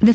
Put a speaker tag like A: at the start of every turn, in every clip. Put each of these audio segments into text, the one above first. A: The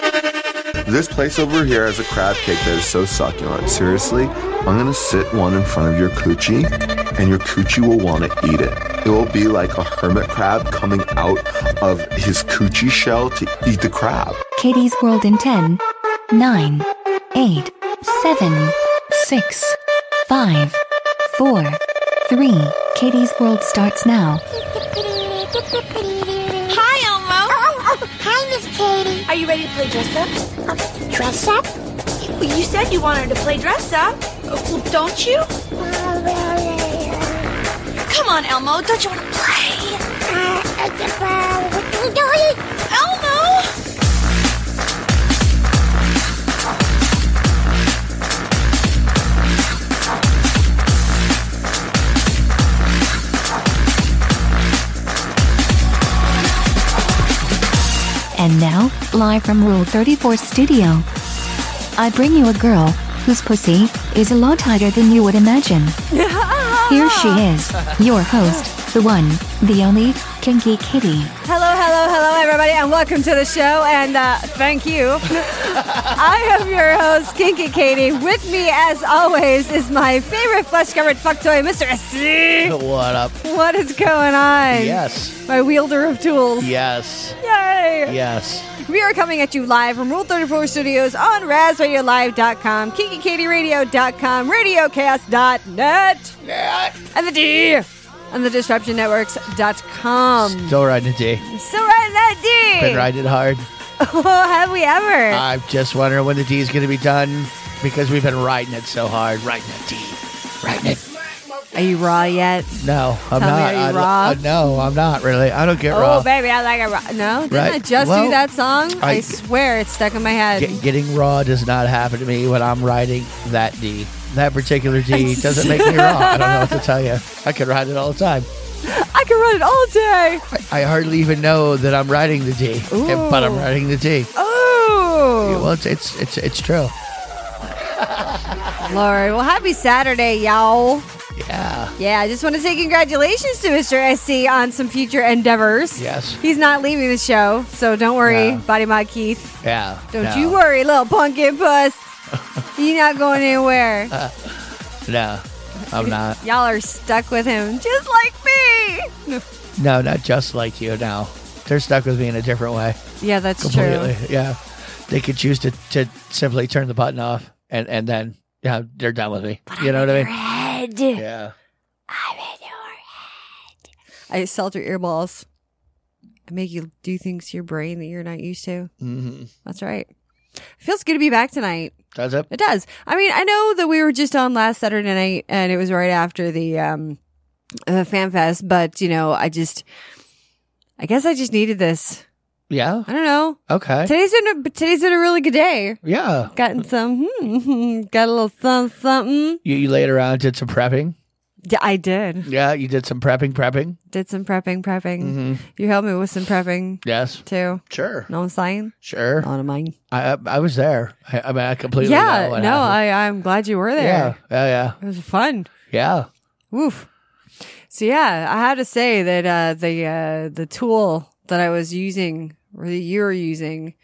B: This place over here has a crab cake that is so succulent. Seriously, I'm gonna sit one in front of your coochie, and your coochie will wanna eat it. It will be like a hermit crab coming out of his coochie shell to eat the crab.
A: Katie's World in 10, 9, 8, 7, 6, 5, 4, 3. Katie's World starts now.
C: Hi, Elmo. Oh, oh, hi, Miss Katie. Are you ready to play dress up? Okay, dress up? Well, you said you wanted to play dress up. Uh, Well, don't you?
D: Oh,
C: Come on, Elmo. Don't you want to play? Elmo!
A: And now, live from Rule 34 Studio, I bring you a girl whose pussy is a lot tighter than you would imagine. Here she is, your host, the one, the only, Kinky Kitty.
E: Hello, hello, hello, everybody, and welcome to the show. And uh, thank you. I am your host, Kinky Katie. With me, as always, is my favorite flesh-covered fuck toy, Mr. SC.
F: What up?
E: What is going on?
F: Yes.
E: My wielder of tools.
F: Yes.
E: Yay!
F: Yes.
E: We are coming at you live from Rule 34 Studios on RazRadioLive.com, KikiKatieRadio.com, RadioCast.net, and the D on the Disruption Networks.com.
F: Still riding today.
E: So right that D.
F: Been riding hard.
E: Oh, have we ever?
F: I'm just wondering when the D is going to be done because we've been riding it so hard. Riding it D. Riding it.
E: Are you raw yet?
F: No,
E: Tell
F: I'm
E: me, are
F: not.
E: you
F: I,
E: raw?
F: I- no, I'm not really. I don't get
E: Oh,
F: raw.
E: baby, I like it raw. No, didn't I
F: Right.
E: just do
F: Well,
E: that song? I,
F: I-
E: swear it's stuck in my head.
F: Get- getting raw does not happen to me when I'm riding that D. That particular D doesn't make me raw. I don't know what to tell you. I could ride it all the time.
E: I can run it all day.
F: I hardly even know that I'm riding the D, but I'm
E: Ooh.
F: riding the D.
E: Oh,
F: Well, it's it's it's, it's true.
E: Lord. Well, happy Saturday, y'all.
F: Yeah.
E: Yeah, I just want to say congratulations to Mr. SC on some future endeavors.
F: Yes.
E: He's not leaving the show, so don't worry,
F: No.
E: Body Mod Keith.
F: Yeah.
E: Don't
F: no,
E: you worry, little pumpkin puss. He's not going anywhere.
F: Uh. No, I'm not.
E: Y'all are stuck with him, just like me.
F: No, not just like you. No, they're stuck with me in a different way.
E: Yeah, that's
F: Completely.
E: true.
F: Yeah. They could choose to, to simply turn the button off and, and then, yeah, they're done with me. you know what I mean?
E: Red.
F: Yeah.
E: I salt your earballs. I make you do things to your brain that you're not used to.
F: Mm-hmm.
E: That's right. Feels good to be back tonight.
F: That's it.
E: It does. I mean, I know that we were just on last Saturday night and it was right after the um uh, fan fest, but you know, I just I guess I just needed this.
F: Yeah.
E: I don't know.
F: Okay.
E: Today's been a, but today's been a really good day.
F: Yeah.
E: Gotten some hmm, got a little something something.
F: You, you laid around, did some prepping.
E: D- I did.
F: Yeah. You did some prepping, prepping.
E: Did some prepping, prepping.
F: Mhm.
E: You helped me with some prepping
F: Yes.
E: too.
F: Sure.
E: Know what I'm saying?
F: Sure.
E: Not a mine.
F: I, I I was there. I, I mean, I completely. know
E: Yeah,
F: what
E: no,
F: happened.
E: I, I'm glad you were there.
F: Yeah. Yeah.
E: It was fun.
F: Yeah. Yeah.
E: Woof. So yeah, I had to say that uh, the uh, the tool that I was using, or that you were using,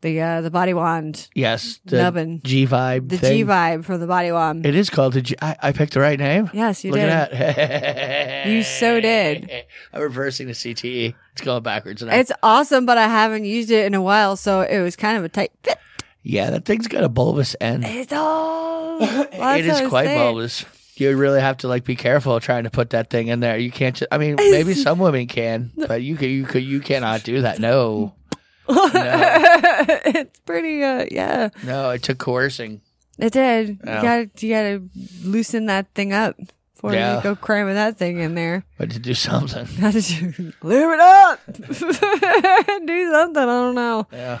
E: the uh, the body wand,
F: Yes. The
E: Nubbin.
F: G vibe.
E: the G
F: thing.
E: vibe for the body wand.
F: It is called the G. I, I picked the right name.
E: yes, you
F: Look
E: did.
F: at that.
E: You so did.
F: I'm reversing the CTE. It's going backwards now.
E: It's awesome, but I haven't used it in a while, so it was kind of a tight fit.
F: yeah, that thing's got a bulbous end.
E: It's all. Well, that's
F: it
E: what
F: is
E: I was
F: quite
E: saying.
F: bulbous. You really have to like be careful trying to put that thing in there. You can't. Just, I mean, maybe some women can, but you can. You could. You cannot do that. No,
E: it's pretty. Uh, yeah,
F: no. It took coercing.
E: it did.
F: Yeah.
E: You got to you got to loosen that thing up before
F: Yeah.
E: you go cramming that thing in there.
F: But to do something.
E: How did you live it up? Do something. I don't know.
F: Yeah.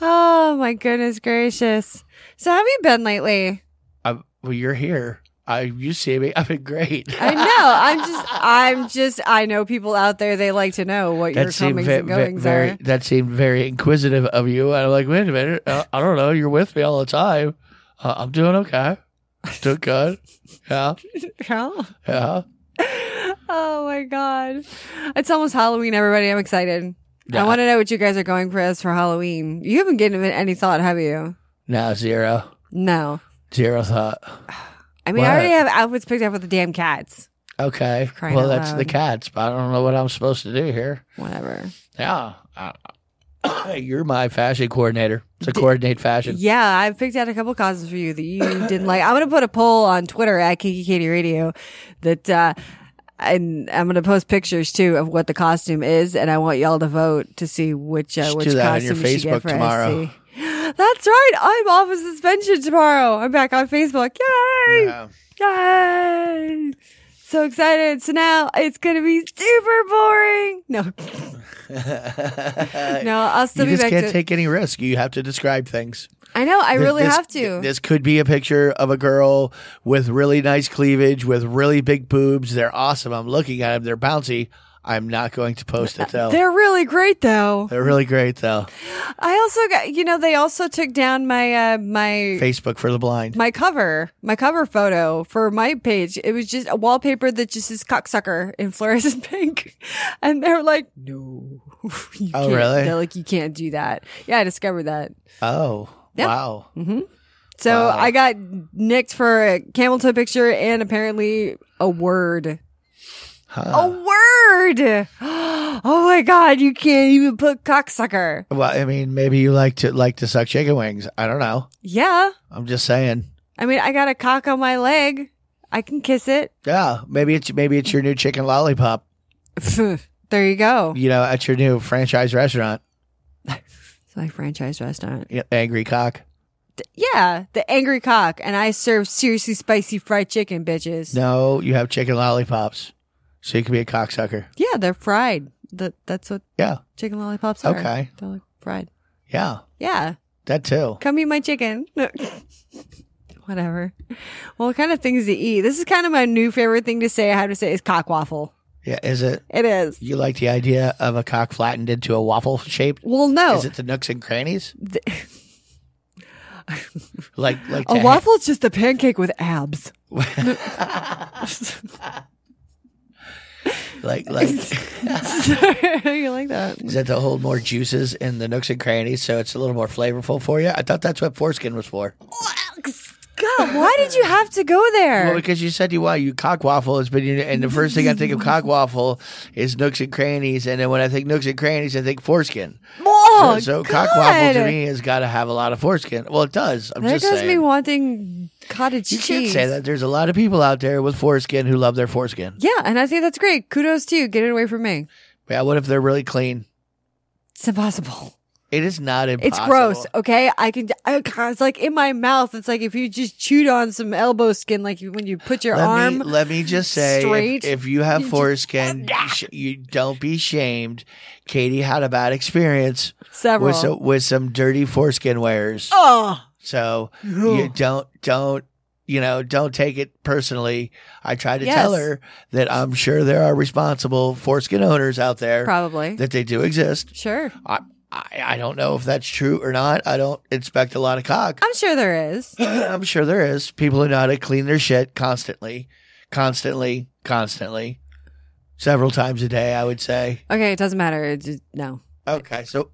E: Oh my goodness gracious. So how have you been lately?
F: I, well, you're here. I, you see me. I've been great.
E: I know. I'm just I'm just I know people out there they like to know what your comings
F: ve-
E: and
F: ve-
E: goings
F: very
E: are.
F: that seemed very inquisitive of you. And I'm like, wait a minute, uh, I don't know. You're with me all the time. Uh, I'm doing okay. Doing good. Yeah,
E: Well,
F: yeah.
E: Oh my god. It's almost Halloween, everybody. I'm excited. I
F: Yeah.
E: want to know what you guys are going for as for Halloween. You haven't given it any thought, have you?
F: Now zero,
E: No.
F: zero thought.
E: I mean, I
F: What?
E: already have outfits picked out for the damn cats.
F: Okay.
E: Crying
F: Well,
E: out
F: that's the
E: loud.
F: cats. But I don't know what I'm supposed to do here.
E: Whatever.
F: Yeah. I- You're my fashion coordinator. To coordinate fashion.
E: Yeah, I've picked out a couple causes for you that you didn't like. I'm gonna put a poll on Twitter at Kiki Katie Radio that uh and I'm gonna post pictures too of what the costume is, and I want y'all to vote to see which uh,
F: Just
E: which
F: do that on
E: costume
F: your
E: you should get
F: Facebook
E: for
F: tomorrow.
E: SC. That's right. I'm off of suspension tomorrow. I'm back on Facebook. Yay!
F: Yeah.
E: Yay! So excited. So now it's gonna be super boring. No, no, I'll still
F: You
E: be
F: just
E: back
F: can't
E: to.
F: take any risk. You have to describe things.
E: I know. I
F: Th-
E: really
F: this-
E: have to.
F: This could be a picture of a girl with really nice cleavage, with really big boobs. They're awesome. I'm looking at them. They're bouncy. I'm not going to post it though. They're,
E: They're really great though.
F: really great though.
E: I also got you know they also took down my uh, my
F: Facebook for the blind.
E: my cover my cover photo for my page. It was just a wallpaper that just is cocksucker in fluorescent pink, and they're like, no, you
F: Oh,
E: can't.
F: really?
E: They're like, you can't do that. Yeah, I discovered that.
F: oh
E: Yeah.
F: wow!
E: Mm-hmm. So
F: Wow.
E: I got nicked for a camel toe picture and apparently a word. A word. Oh my god, you can't even put cocksucker.
F: Well, I mean, maybe you like to like to suck chicken wings. I don't know.
E: Yeah.
F: I'm just saying.
E: I mean, I got a cock on my leg. I can kiss it.
F: Yeah, maybe it's maybe it's your new chicken lollipop.
E: there you go.
F: You know, at your new franchise restaurant,
E: It's my franchise restaurant.
F: Yeah, Angry Cock.
E: Yeah, the angry cock, and I serve seriously spicy fried chicken, bitches.
F: No, you have chicken lollipops, so you can be a cocksucker.
E: Yeah, they're fried. That that's what
F: Yeah,
E: chicken lollipops are.
F: Okay.
E: they're like fried.
F: yeah,
E: Yeah,
F: that too.
E: come eat my chicken. Whatever. Well, what kind of things to eat? This is kind of my new favorite thing to say. I have to say is cock waffle.
F: Yeah, is it?
E: It is.
F: You like the idea of a cock flattened into a waffle shape?
E: Well, no,
F: Is it the nooks and crannies? like, like
E: a
F: to-
E: waffle's just a pancake with abs.
F: Like, like
E: you like that?
F: is that to hold more juices in the nooks and crannies, so it's a little more flavorful for you? I thought that's what foreskin was for.
E: God, why did you have to go
F: Well,
E: there?
F: because you said you want you cock waffle has been, your- and the first thing I think of cock waffle is nooks and crannies, and then when I think nooks and crannies, I think foreskin.
E: Oh,
F: so cock waffle to
E: God.
F: me has got to have a lot of foreskin. Well, it does. I'm
E: That
F: just
E: goes
F: saying.
E: me wanting cottage
F: you
E: cheese.
F: can't say that. There's a lot of people out there with foreskin who love their foreskin.
E: Yeah, and I think that's great. Kudos to you. Get it away from me.
F: Yeah, what if they're really clean?
E: It's impossible.
F: It is not impossible.
E: It's gross. Oh, Okay, I can. I, God, it's like in my mouth. It's like if you just chewed on some elbow skin, like you- when you put your
F: Let
E: arm.
F: me let me just say, if-
E: straight,
F: if, you have
E: you just-
F: foreskin, you, sh- you don't be shamed. Katie had a bad experience
E: several.
F: with some, with some dirty foreskin wearers.
E: oh,
F: So you don't don't you know don't take it personally. I tried to tell
E: Yes.
F: her that I'm sure there are responsible foreskin owners out there
E: probably.
F: that they do exist.
E: sure,
F: I, I I don't know if that's true or not. I don't inspect a lot of cock.
E: I'm sure there is.
F: I'm sure there is people who know how to clean their shit constantly, constantly, constantly, several times a day. I would say.
E: Okay, it doesn't matter. It's just- no,
F: Okay, so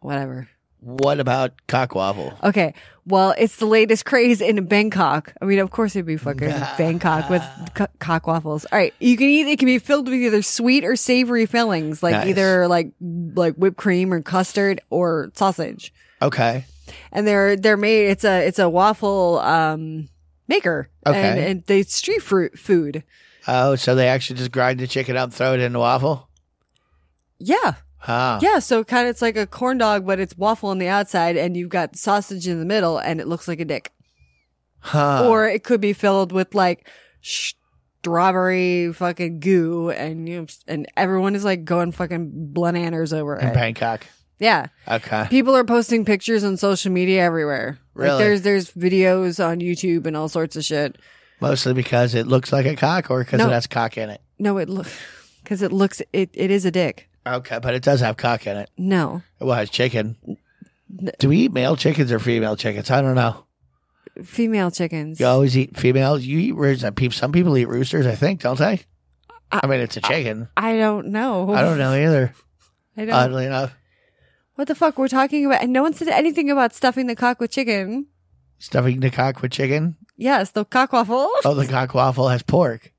E: whatever.
F: what about cock waffle?
E: Okay. Well, it's the latest craze in Bangkok. I mean, of course it'd be fucking Bangkok with co- cock waffles. All right, you can eat. It can be filled with either sweet or savory fillings, like
F: Nice.
E: either like like whipped cream or custard or sausage.
F: Okay,
E: And they're they're made. It's a it's a waffle um maker.
F: Okay.
E: And, and they it's street fruit food.
F: oh, so they actually just grind the chicken up, throw it in the waffle.
E: Yeah.
F: Huh.
E: Yeah, so kind of it's like a corn dog, but it's waffle on the outside, and you've got sausage in the middle, and it looks like a dick.
F: Huh.
E: or it could be filled with like strawberry fucking goo and you know, and everyone is like going fucking blananers over
F: in
E: it.
F: Bangkok.
E: Yeah.
F: Okay.
E: People are posting pictures on social media everywhere. Like
F: Really?
E: there's there's videos on YouTube and all sorts of shit.
F: Mostly because it looks like a cock or because
E: No.
F: it has cock in it.
E: No, it look because it looks it, it is a dick.
F: Okay, but it does have cock in it.
E: No,
F: Well, it's chicken. Do we eat male chickens or female chickens? I don't know.
E: female chickens.
F: You always eat females. You eat roosters. I peep. Some people eat roosters, I think, don't they? I mean, it's a chicken.
E: I don't know.
F: I don't know either.
E: I don't-
F: Oddly enough,
E: What the fuck we're talking about? And no one said anything about stuffing the cock with chicken.
F: stuffing the cock with chicken.
E: Yes, the cock waffle.
F: Oh, the cock waffle has pork.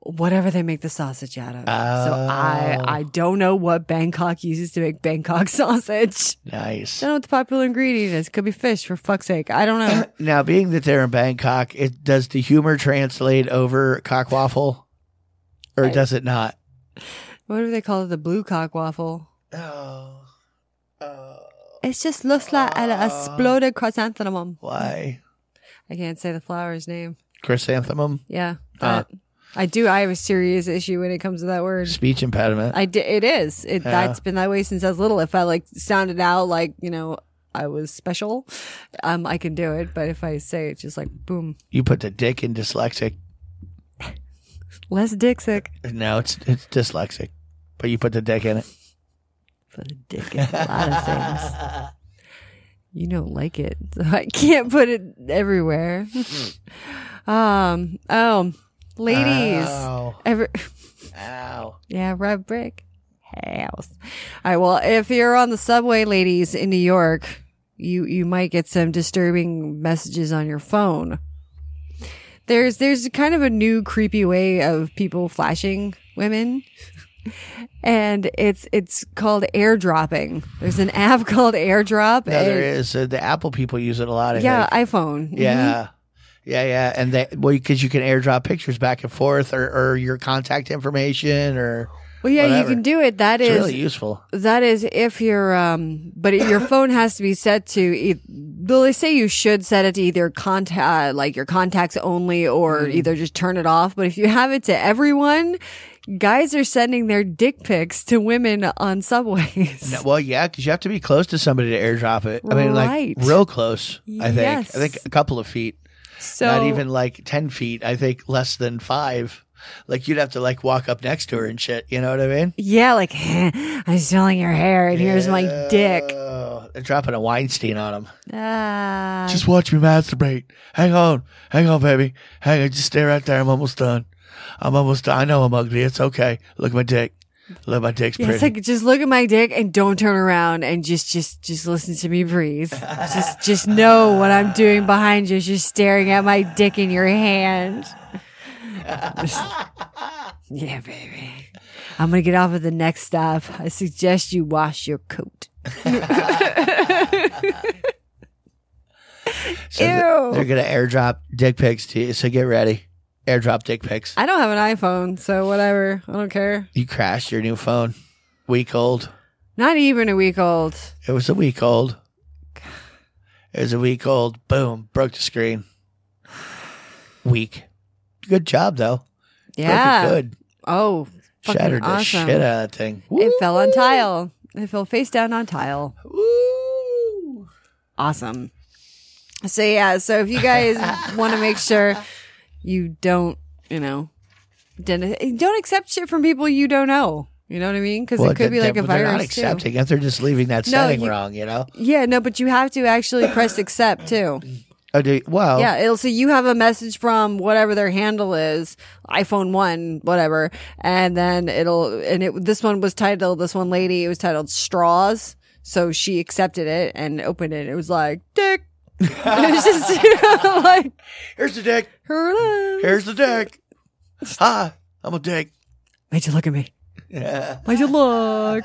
E: Whatever they make the sausage out of. So I
F: Oh.
E: I don't know what Bangkok uses to make Bangkok sausage.
F: Nice.
E: don't know what the popular ingredient is. Could be fish for fuck's sake. I don't know.
F: Now, being that they're in Bangkok, it does the humor translate over cock waffle, or does it not?
E: what do they call it? The blue cock waffle.
F: Oh, oh,
E: It just looks like an
F: Uh.
E: exploded chrysanthemum.
F: why
E: I can't say the flower's name.
F: chrysanthemum
E: Yeah.
F: Ah.
E: that- I do. I have a serious issue when it comes to that word.
F: speech impediment?
E: I di- it is. It,
F: Yeah.
E: That's been that way since I was little. If I like sounded out like, you know, I was special, um, I can do it. But if I say it just like boom,
F: you put the dick in dyslexic.
E: less dick sick.
F: No, it's it's dyslexic, but you put the dick in it.
E: Put a dick in a lot of things. You don't like it, so I can't put it everywhere. um. Oh, ladies.
F: Ow.
E: Every-
F: Ow.
E: yeah, red brick house. All right. Well, if you're on the subway, ladies, in New York, you you might get some disturbing messages on your phone. There's there's kind of a new creepy way of people flashing women. And it's it's called airdropping. There's an app called airdrop.
F: No, there
E: and-
F: is. Uh, the Apple people use it a lot. I
E: Yeah,
F: think.
E: iPhone. Mhm.
F: yeah, yeah, yeah. And they well, because you can airdrop pictures back and forth, or, or your contact information, or
E: Well, yeah,
F: Whatever.
E: you can do it. That
F: it's
E: is
F: really useful.
E: That is if you're, um, but your phone has to be set to, e- though they say you should set it to either contact, like your contacts only or
F: Mm.
E: either just turn it off. But if you have it to everyone, guys are sending their dick pics to women on subways.
F: No, well, yeah, because you have to be close to somebody to airdrop it. I mean,
E: Right.
F: like real close. I think.
E: Yes.
F: I think a couple of feet,
E: so,
F: not even like ten feet. I think less than five. Like you'd have to like walk up next to her and shit. You know what I mean?
E: yeah, like, I'm smelling your hair and here's my dick.
F: Oh, they're dropping a Weinstein on them.
E: Ah.
F: Just watch me masturbate. Hang on. Hang on, baby. Hang on. Just stay right there. I'm almost done. I'm almost done. I know I'm ugly. It's okay. Look at my dick. Look at my dick's
E: Yeah,
F: pretty.
E: it's like just look at my dick and don't turn around and just just just listen to me breathe. just just know what I'm doing behind you. is You're staring at my dick in your hand. yeah, baby. I'm gonna get off at the next stop. I suggest you wash your coat.
F: So th-
E: ew.
F: They're going to airdrop dick pics to you. So get ready. Airdrop dick pics.
E: I don't have an iPhone, so whatever. I don't care.
F: You crashed your new phone. Week old.
E: Not even a week old.
F: It was a week old. It was a week old. Boom. Broke the screen. Week. Good job, though. Broke it
E: Yeah.
F: Good.
E: Oh, fucking
F: Shattered the
E: awesome.
F: shit out of that thing.
E: It fell on tile. It fell face down on tile.
F: Woo.
E: awesome. So yeah, so if you guys want to make sure you don't, you know, den- don't accept shit from people you don't know. You know what I mean? Because
F: Well,
E: it could be
F: they're-
E: like a
F: They're
E: virus
F: not
E: too.
F: accepting it. They're just leaving that
E: No,
F: setting
E: you-
F: wrong, you know?
E: Yeah, no, but you have to actually press accept too.
F: Oh, do you, well,
E: Yeah, it'll say you have a message from whatever their handle is, iPhone one, whatever, and then it'll and it. This one was titled. This one lady, it was titled straws. So she accepted it and opened it. It was like dick. it was just you know, like
F: here's the dick.
E: her. love.
F: Here's the dick. Hi, I'm a dick.
E: Made you look at me. Made you look.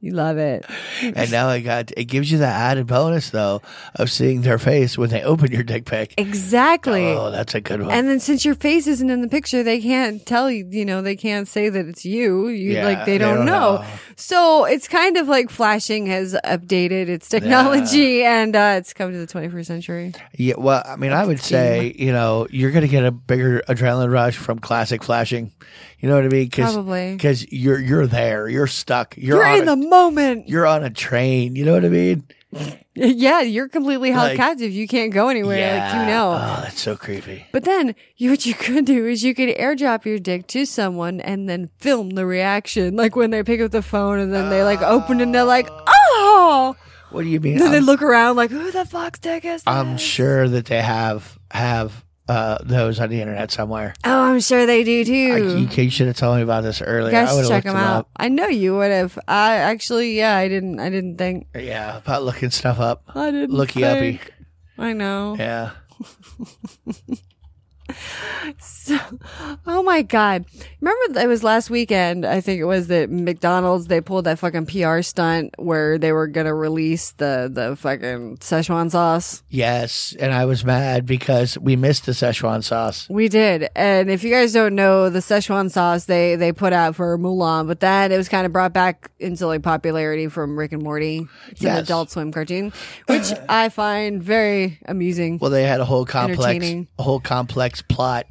E: You love it.
F: And now I got it gives you the added bonus though of seeing their face when they open your dick pic.
E: Exactly.
F: Oh, that's a good one.
E: And then since your face isn't in the picture, they can't tell you, you know, they can't say that it's you. You
F: Yeah,
E: like they don't, know. So it's kind of like flashing has updated its technology and uh, it's come to the 21st century.
F: yeah, well, I mean, I would say you know you're going to get a bigger adrenaline rush from classic flashing. You know what I mean? Cause,
E: Probably.
F: because you're you're there. You're stuck. You're,
E: You're,
F: on
E: in the
F: a,
E: moment.
F: you're on a train. You know what I mean?
E: yeah, you're completely held
F: Like-
E: captive. You can't go anywhere. Like, you know.
F: Oh, that's so creepy.
E: But then you, what you could do is you could airdrop your dick to someone and then film the reaction, like when they pick up the phone and then they like open and they're like, oh.
F: What do you mean?
E: And then they
F: I'm-
E: look around like, who the fuck's dick is
F: I'm
E: this?"
F: sure that they have have uh, those on the internet somewhere.
E: Oh, I'm sure they do too.
F: I, you, you should have told me about this earlier.
E: You guys
F: I
E: should
F: would have
E: check
F: looked
E: them out. I know you would have. I actually, yeah, I didn't. I didn't think.
F: Yeah, about looking stuff up.
E: I didn't.
F: Looky uppy.
E: think. I know.
F: Yeah.
E: Oh my god! Remember, it was last weekend. I think it was that McDonald's they pulled that fucking PR stunt where they were gonna release the the fucking Szechuan sauce.
F: Yes. And I was mad because we missed the Szechuan sauce.
E: We did, and if you guys don't know, the Szechuan sauce they they put out for Mulan, but then it was kind of brought back into like popularity from Rick and Morty, it's an
F: Yes.
E: Adult Swim cartoon, which I find very amusing.
F: Well, they had a whole complex,
E: Entertaining.
F: a whole complex plot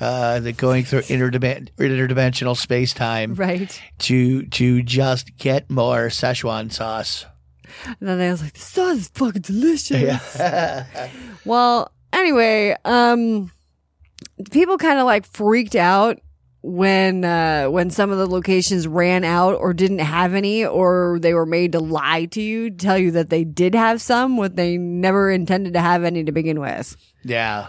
F: uh, that going through interdimen- interdimensional space time
E: Right.
F: to to just get more Szechuan sauce.
E: And then I was like, the sauce is fucking delicious. well, anyway, um, people kind of like freaked out when uh, when some of the locations ran out or didn't have any, or they were made to lie to you, tell you that they did have some when they never intended to have any to begin with.
F: Yeah.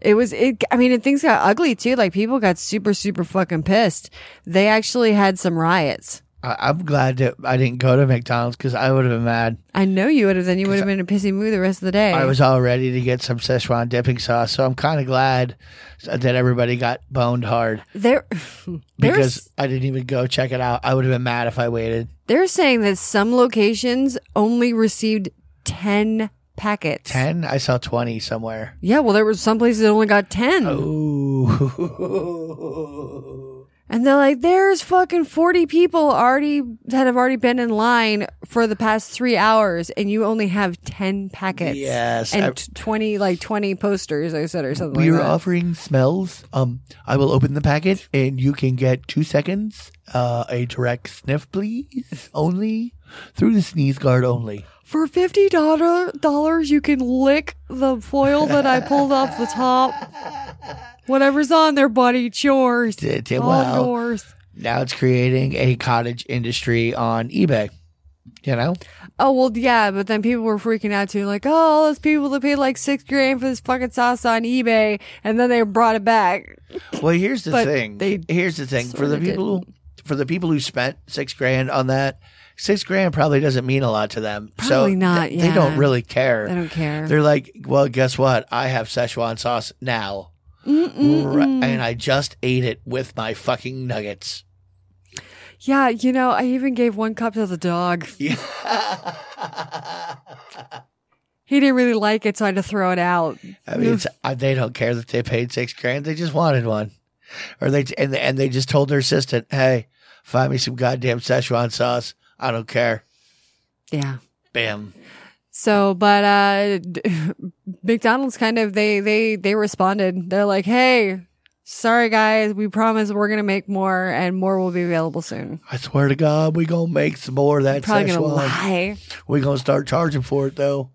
E: It was it. I mean, and things got ugly too. Like people got super, super fucking pissed. They actually had some riots.
F: I- I'm glad that I didn't go to McDonald's because I would have been mad.
E: I know you would have. Then you would have been in a pissy mood the rest of the day.
F: I was all ready to get some Szechuan dipping sauce, so I'm kind of glad that everybody got boned hard
E: They're they're,
F: because I didn't even go check it out. I would have been mad if I waited.
E: they're saying that some locations only received ten packets.
F: Ten? I saw twenty somewhere.
E: Yeah, well, there were some places that only got ten,
F: Oh. Ooh.
E: and they're like, "There's fucking forty people already that have already been in line for the past three hours, and you only have ten packets,
F: Yes,
E: and
F: I-
E: t- twenty like twenty posters, I said, or something.
F: We
E: like
F: are
E: that.
F: offering smells. Um, I will open the packet and you can get two seconds. Uh, a direct sniff, please. Only through the sneeze guard only.
E: for fifty dollars. You can lick the foil that I pulled off the top. Whatever's on there, buddy, it's yours.
F: Did- did
E: All
F: well.
E: yours.
F: Now it's creating a cottage industry on eBay. You know?
E: Oh well, yeah, but then people were freaking out too, like, oh, all those people that paid like six grand for this fucking sauce on eBay, and then they brought it back.
F: Well, here's the
E: But
F: thing.
E: they
F: here's the thing for the
E: sorta
F: people who, for the people who spent six grand on that. Six grand probably doesn't mean a lot to them. so
E: Probably not,
F: They don't
E: yeah.
F: really care.
E: They don't care.
F: They're like, well, guess what? I have Szechuan sauce now, Right- and I just ate it with my fucking nuggets.
E: Yeah, you know, I even gave one cup to the dog.
F: Yeah.
E: He didn't really like it, so I had to throw it out.
F: I mean, it's, uh, they don't care that they paid six grand. They just wanted one, or they and they, and they just told their assistant, "Hey, find me some goddamn Szechuan sauce. I don't care."
E: Yeah.
F: Bam.
E: So, but uh McDonald's kind of they they they responded. They're like, "Hey, sorry guys, we promise we're gonna make more, and more will be available soon."
F: I swear to God, we gonna make some more of that
E: Probably gonna
F: Szechuan.
E: lie.
F: We gonna start charging for it though.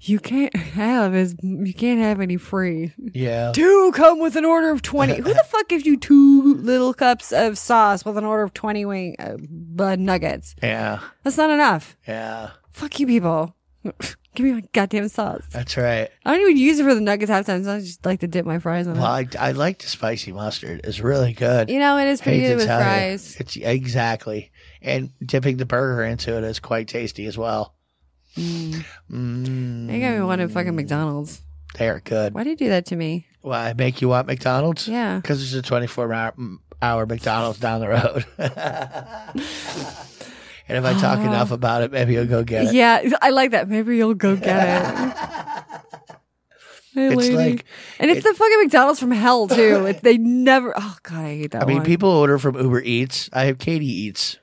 E: You can't have as you can't have any free.
F: Yeah.
E: Two come with an order of twenty. Who the fuck gives you two little cups of sauce with an order of twenty wing uh, uh, nuggets?
F: Yeah.
E: That's not enough.
F: Yeah.
E: Fuck you, people. Give me my goddamn sauce.
F: That's right.
E: I don't even use it for the nuggets half the time. so I just like to dip my fries in it.
F: Well, I, I like the spicy mustard. It's really good.
E: You know, it is pretty
F: Hate to
E: good with
F: tell you.
E: fries.
F: It's exactly. And dipping the burger into it is quite tasty as well. Mm.
E: I think I wanted fucking McDonald's.
F: They're good.
E: Why do you do that to me?
F: Why make you want McDonald's?
E: Yeah.
F: Because there's a 24 hour, mm, hour McDonald's down the road. and if I talk enough about it, maybe you'll go get it.
E: Oh. Yeah, I like that. Maybe you'll go get it. Hey,
F: It's
E: lady.
F: like-
E: and it's
F: it-
E: the fucking McDonald's from hell too. It, they never. Oh god, I hate that.
F: I mean,
E: one.
F: people order from Uber Eats. I have Katie Eats.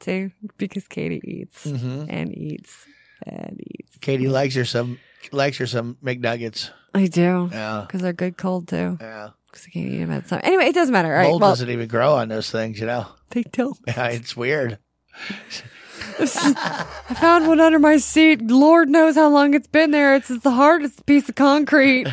E: too because Katie eats
F: Mm-hmm.
E: and eats and eats.
F: Katie likes her some likes her some McNuggets.
E: I do
F: Yeah,
E: because they're good cold too.
F: yeah.
E: because I can't eat them at some. Anyway, it doesn't matter. All right,
F: Mold
E: well,
F: doesn't even grow on those things, you know.
E: they don't.
F: it's weird.
E: I found one under my seat. Lord knows how long it's been there. It's the hardest piece of concrete,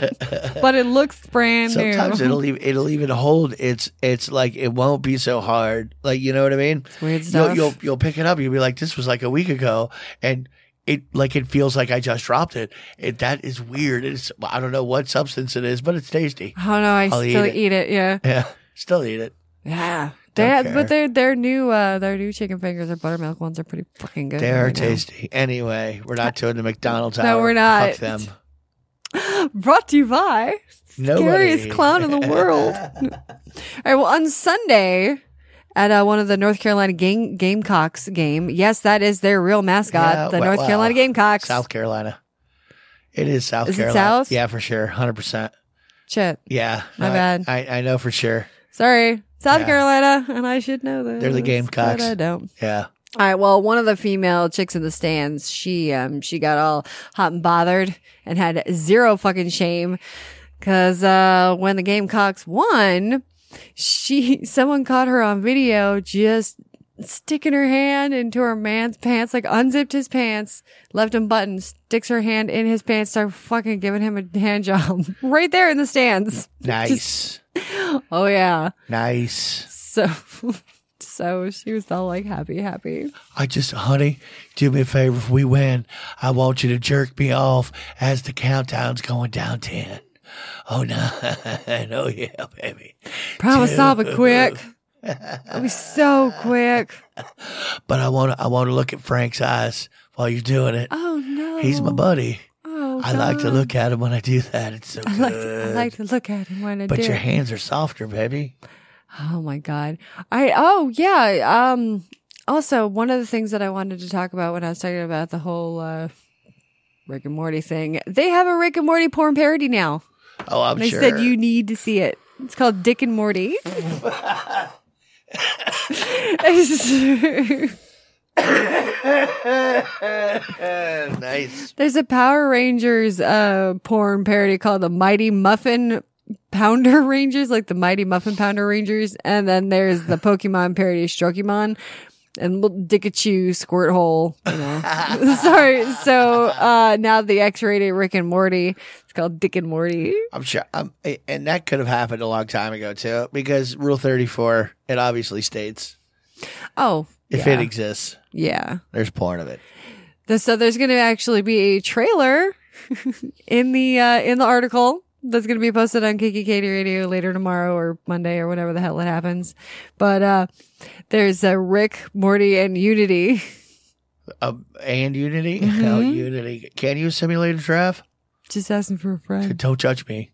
E: but it looks brand
F: Sometimes
E: new.
F: it'll even it'll even hold. It's it's like it won't be so hard. Like you know what I mean?
E: weird
F: You'll,
E: stuff.
F: you'll you'll pick it up. You'll be like, this was like a week ago, and it like it feels like I just dropped it. it that is weird. It's I don't know what substance it is, but it's tasty.
E: oh no, I
F: I'll eat
E: still
F: it.
E: eat it. Yeah,
F: Yeah, still eat it.
E: yeah.
F: Don't
E: They,
F: care.
E: but their their new uh, their new chicken fingers or buttermilk ones are pretty fucking good.
F: They are
E: right now.
F: tasty. Anyway, we're not doing the McDonald's.
E: No,
F: hour.
E: we're not.
F: Fuck them.
E: Brought to you by
F: Nobody.
E: scariest clown in the world. All right. Well, on Sunday at uh, one of the North Carolina game, Gamecocks game. Yes, that is their real mascot,
F: Yeah,
E: the
F: well,
E: North
F: well,
E: Carolina Gamecocks.
F: South Carolina. It is South
E: Is it
F: Carolina.
E: South?
F: Yeah, for sure. Hundred percent.
E: Shit.
F: Yeah.
E: My
F: No, I-
E: bad.
F: I, I know for sure.
E: Sorry, South
F: Yeah.
E: Carolina, and I should know this.
F: They're the
E: but
F: Gamecocks.
E: I don't.
F: Yeah.
E: All right. Well, one of the female chicks in the stands, she um she got all hot and bothered and had zero fucking shame because uh when the Gamecocks won, she someone caught her on video just sticking her hand into her man's pants, like unzipped his pants, left him buttoned, sticks her hand in his pants, start fucking giving him a hand job right there in the stands.
F: Nice.
E: Oh yeah.
F: nice.
E: So, so she was all like happy, happy.
F: I just, honey, do me a favor. If we win, I want you to jerk me off as the countdown's going down 10. Oh, nine. Oh, yeah, baby.
E: Promise I'll be
F: Dude.
E: quick. I'll be so quick.
F: But I want to, I want to look at Frank's eyes while you're doing it.
E: Oh no.
F: He's my buddy.
E: Oh,
F: I like to
E: God.
F: look at him when I do that. It's so
E: I
F: good.
E: like, to, I like to look at him when I
F: but
E: do.
F: your hands are softer, baby.
E: oh my god! I oh yeah. Um. Also, one of the things that I wanted to talk about when I was talking about the whole uh, Rick and Morty thing, they have a Rick and Morty porn parody now.
F: Oh, I'm
E: They
F: sure.
E: said you need to see it. It's called Dick and Morty.
F: nice.
E: There's a Power Rangers uh, porn parody called the Mighty Muffin Pounder Rangers, like the Mighty Muffin Pounder Rangers. And then there's the Pokemon parody Strokemon and little Dickachu Squirt Hole. You know. Sorry. So uh, now the X rated Rick and Morty. It's called Dick and Morty.
F: I'm sure. I'm, and that could have happened a long time ago too, because Rule 34 it obviously states
E: Oh.
F: if
E: yeah.
F: it exists,
E: Yeah.
F: there's porn of it.
E: The- So there's going to actually be a trailer in the uh, in the article that's going to be posted on Kiki Katie Radio later tomorrow or Monday or whenever the hell it happens. But uh, there's uh, Rick, Morty, and Unity.
F: Um, and Unity, no
E: Mm-hmm.
F: Unity. Can you simulate a draft?
E: Just asking for a friend.
F: Don't judge me.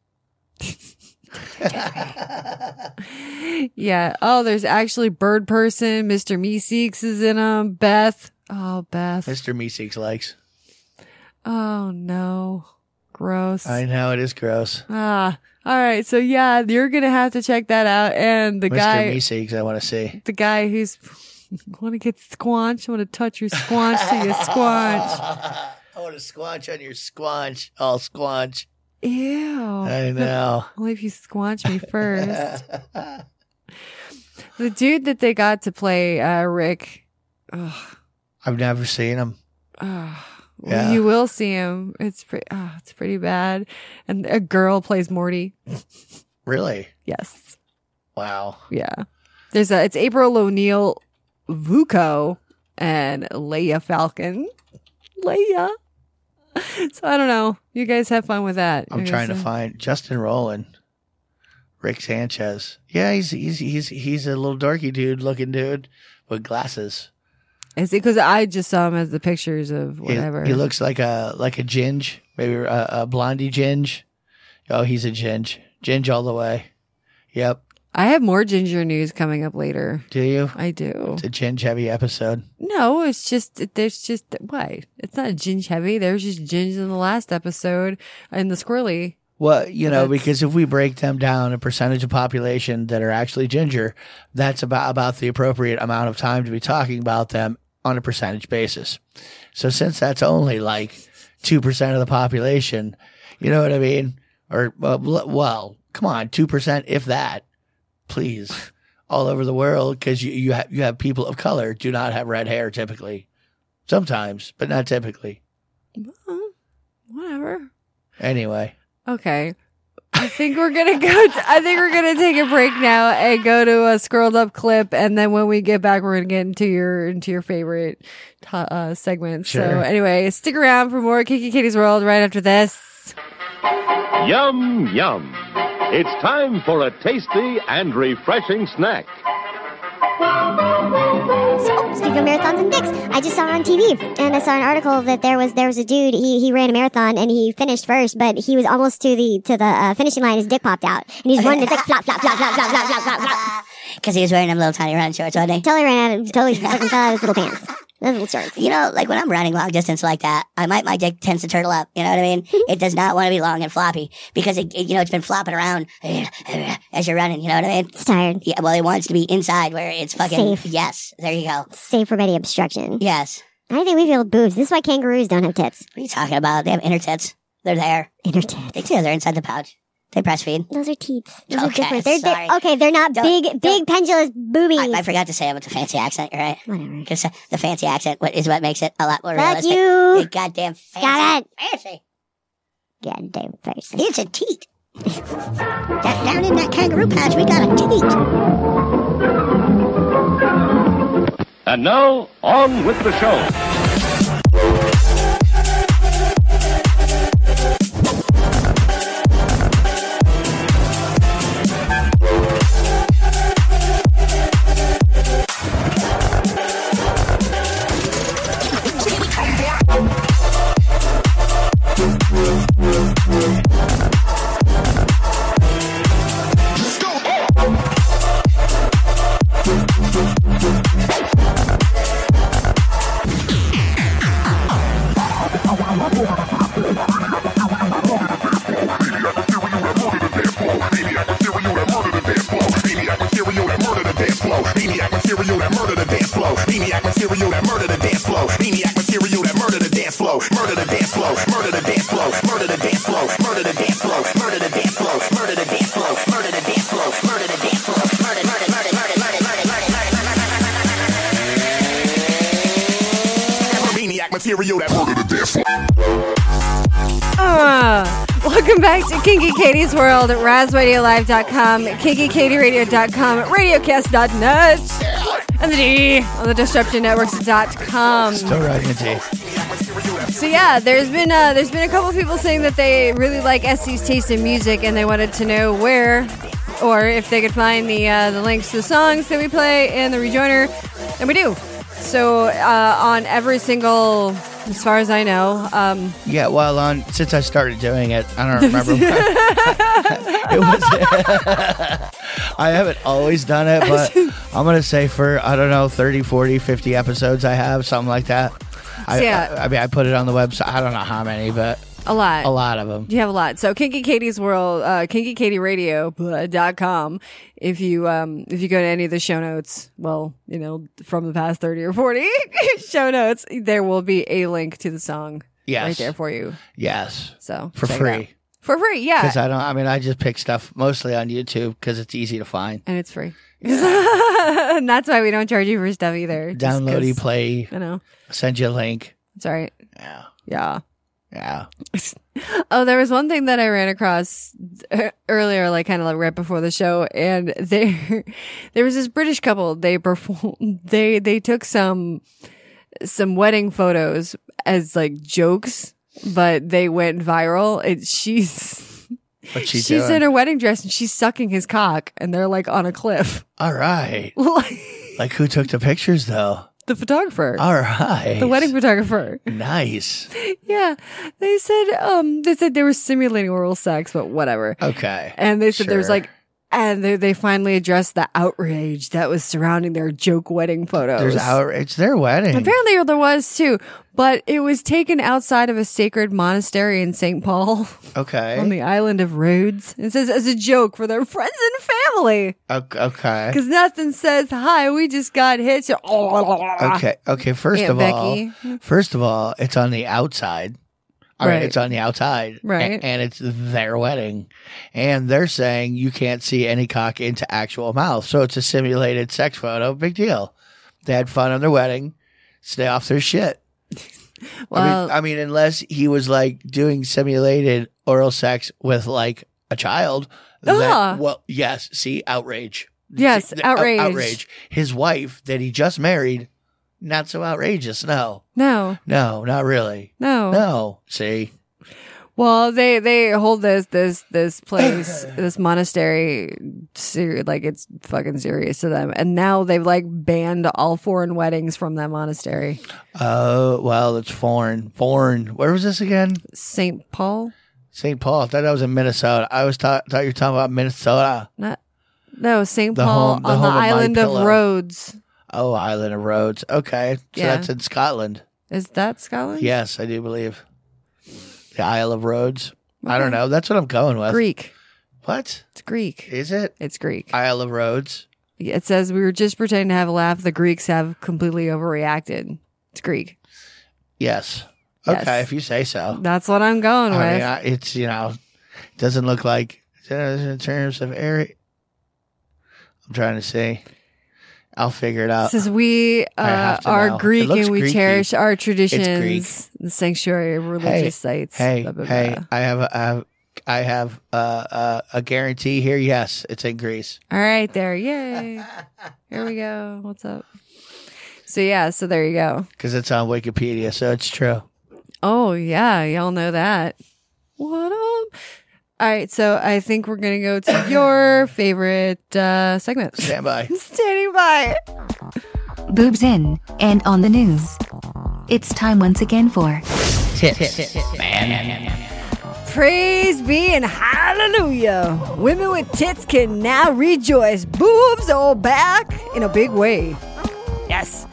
E: Yeah. Oh, there's actually Bird Person. Mr. Meeseeks is in them. Beth. Oh, Beth.
F: Mr. Meeseeks likes.
E: Oh no. Gross.
F: I know it is gross.
E: ah. All right. So yeah, you're gonna have to check that out. And the
F: Mr.
E: guy.
F: Meeseeks, I want to see.
E: the guy who's want to get squanched, want to touch your squanch to your squanch.
F: I want to squanch on your squanch. I'll squanch.
E: Ew.
F: I know.
E: Only if you squanch me Oh. first. the dude that they got to play uh, Rick,
F: I've never seen him. Yeah.
E: you will see him. It's pretty. Oh, it's pretty bad. And a girl plays Morty.
F: Really?
E: Yes.
F: Wow.
E: Yeah. There's a. It's April O'Neil, Vuko, and Leia Falcon. Leia. So I don't know. You guys have fun with that.
F: I'm
E: You guys
F: trying to
E: have-
F: find Justin Rowland, Rick Sanchez. Yeah, he's he's he's he's a little dorky dude looking dude with glasses.
E: Is it because I just saw him as the pictures of
F: He,
E: whatever?
F: he looks like a like a ginge, maybe a, a blondie ginge. Oh, he's a ginge, ginge all the way. Yep.
E: I have more ginger news coming up later.
F: Do you?
E: I do.
F: It's a ginge heavy episode.
E: No, it's just it- there's just why it's not ginge heavy. There was just ginge in the last episode and the squirrely.
F: Well, you know,
E: That's-
F: because if we break them down, a percentage of population that are actually ginger, that's about about the appropriate amount of time to be talking about them on a percentage basis. So since that's only like two percent of the population, you know what I mean? Or well, l- well, come on, 2%, if that, please, all over the world, because you, you, ha- you have people of color do not have red hair typically. Sometimes, but not typically.
E: Well, whatever.
F: Anyway,
E: Okay. I think we're gonna go. t- I think we're gonna take a break now and go to a scrolled up clip, and then when we get back, we're gonna get into your into your favorite to- uh, segment. So
F: Sure.
E: anyway, stick around for more Kiki Katie's World right after this.
G: Yum, yum. It's time for a tasty and refreshing snack.
D: Oh, speaking of marathons and dicks, I just saw it on TV, and I saw an article that there was there was a dude. He he ran a marathon and he finished first, but he was almost to the to the uh, finishing line. His dick popped out, and he's running. It's like flop flop flop flop flop flop flop flop. flop.
H: Because he was wearing them little tiny running shorts, wasn't he?
D: Totally ran out. Of, totally fucking fell out of his little pants. Those little shorts.
H: You know, like when I'm running long distance like that, I might my dick tends to turtle up. You know what I mean? it does not want to be long and floppy because it, it- you know it's been flopping around as you're running. You know what I mean?
D: It's tired.
H: Yeah. Well, it wants to be inside where it's fucking
D: Safe.
H: yes. There you go.
D: Safe from any obstruction.
H: Yes.
D: I think we feel boobs. This is why kangaroos don't have tits.
H: What are you talking about? They have inner tits. They're there.
D: Inner tits.
H: They too. They're inside the pouch. They breastfeed.
D: Those are teats. Those are
H: Okay,
D: different. They're, they're-
H: sorry.
D: okay, they're not
H: Don't-
D: big, big pendulous boobies.
H: I, I forgot to say it with the fancy accent. You're right.
D: Whatever.
H: Because the fancy accent what- is what makes it a lot more
D: Fuck
H: realistic.
D: you.
H: Big goddamn fancy.
D: Got it.
H: Fancy.
D: Goddamn face.
H: It's a teat. that, down in that kangaroo pouch, we got a teat.
G: And now, on with the show.
E: Uh, welcome back to Kinky Katie's World, RazRadioLive.com, KinkyKatieRadio.com, RadioCast.net, and the D on the DisruptionNetworks.com.
F: still writing a tape.
E: So yeah, there's been uh, there's been a couple people saying that they really like Essie's taste in music, and they wanted to know where, or if they could find the uh, the links to the songs that we play in the rejoiner, and we do. So uh, on every single, as far as I know, um,
F: Yeah, well, on since I started doing it, I don't remember. when- it was. I haven't always done it, but I'm gonna say for I don't know 30, 40, 50 episodes I have something like that. I,
E: So, yeah.
F: I, I mean, I put it on the website. I don't know how many, but
E: a lot,
F: a lot of them.
E: You have a lot. So Kinky Katie's World, uh, kinkykatieradio.com. If you, um, if you go to any of the show notes, well, you know, from the past 30 or 40 show notes, there will be a link to the song
F: Yes.
E: right there for you.
F: Yes,
E: So
F: for
E: check it out.
F: free
E: For free. Yeah.
F: because I don't. I mean, I just pick stuff mostly on YouTube because it's easy to find.
E: and it's free. and that's why we don't charge you for stuff either. just
F: Download,
E: 'cause,
F: you play,
E: I know.
F: send you a link.
E: It's all right.
F: Yeah,
E: Yeah.
F: yeah.
E: Oh, there was one thing that I ran across uh, earlier, like kind of like right before the show, and there, there was this British couple. They performed. They they took some some wedding photos as like jokes, but they went viral. It, she's
F: What she
E: she's
F: doing?
E: in her wedding dress and she's sucking his cock, and they're like on a cliff.
F: All right.
E: Like
F: Like who took the pictures though?
E: the photographer,
F: All right.
E: the wedding photographer.
F: Nice.
E: Yeah, they said um they said they were simulating oral sex, but whatever.
F: Okay.
E: And they said there was
F: Sure.
E: like, and they, they finally addressed the outrage that was surrounding their joke wedding photos.
F: There's our. It's their wedding.
E: Apparently there was too, but it was taken outside of a sacred monastery in St. Paul
F: okay.
E: on the island of Rhodes. It says as a joke for their friends and family
F: O- okay.
E: because nothing says, hi, we just got hit. So-
F: Okay. Okay. First
E: Aunt
F: of all,
E: Becky.
F: first of all, it's on the outside I mean,
E: Right.
F: it's on the outside,
E: Right.
F: And, and it's their wedding, and they're saying you can't see any cock into actual mouth, so it's a simulated sex photo. Big deal. They had fun on their wedding. Stay off their shit. I,
E: Well,
F: mean, I mean, unless he was like doing simulated oral sex with like a child. then-
E: Ugh.
F: well, yes. See, outrage.
E: Ah. Yes,
F: The- out-
E: outrage.
F: outrage. His wife that he just married, not so outrageous. No,
E: no,
F: no, not really.
E: no,
F: No, see,
E: Well, they they hold this this this place this monastery ser- like it's fucking serious to them, and now they've like banned all foreign weddings from that monastery,
F: oh well, it's foreign, foreign. Where was this again?
E: Saint Paul.
F: St. Paul. I thought that was in Minnesota. I was ta- thought you were talking about Minnesota.
E: Not no Saint
F: The
E: Paul
F: home- the
E: on the
F: home of My
E: island of,
F: Pillow.
E: Rhodes.
F: Oh, Island of Rhodes. Okay, so
E: Yeah.
F: that's in Scotland.
E: Is that Scotland?
F: Yes, I do believe the Isle of Rhodes. I don't know. That's what I'm going with.
E: Greek.
F: What
E: It's Greek.
F: is it?
E: It's Greek.
F: Isle of Rhodes.
E: It says we were just pretending to have a laugh. The Greeks have completely overreacted. It's Greek.
F: Yes.
E: Yes.
F: Okay, if you say so.
E: That's what I'm going
F: I
E: with.
F: mean, I, it's you know, doesn't look like in terms of area. I'm trying to see. I'll figure it out.
E: Says we uh,
F: have to
E: are
F: know. It
E: Greek
F: looks
E: and we
F: Greek-y.
E: cherish our
F: Greek.
E: traditions, the sanctuary of religious sites.
F: hey,
E: blah, blah,
F: hey,
E: blah.
F: I have, a, I have, I have uh, uh, a guarantee here. Yes, it's in Greece.
E: All right, there. Yay. Here we go. What's up? So, yeah, so there you go.
F: because it's on Wikipedia, so it's true.
E: Oh, yeah. Y'all know that. What up? All right, so I think we're going to go to your favorite uh, segment.
F: Stand by.
E: Standing by.
A: Boobs in, and on the news. It's time once again for
E: Praise be and hallelujah. Women with tits can now rejoice, boobs all back in a big way. Yes.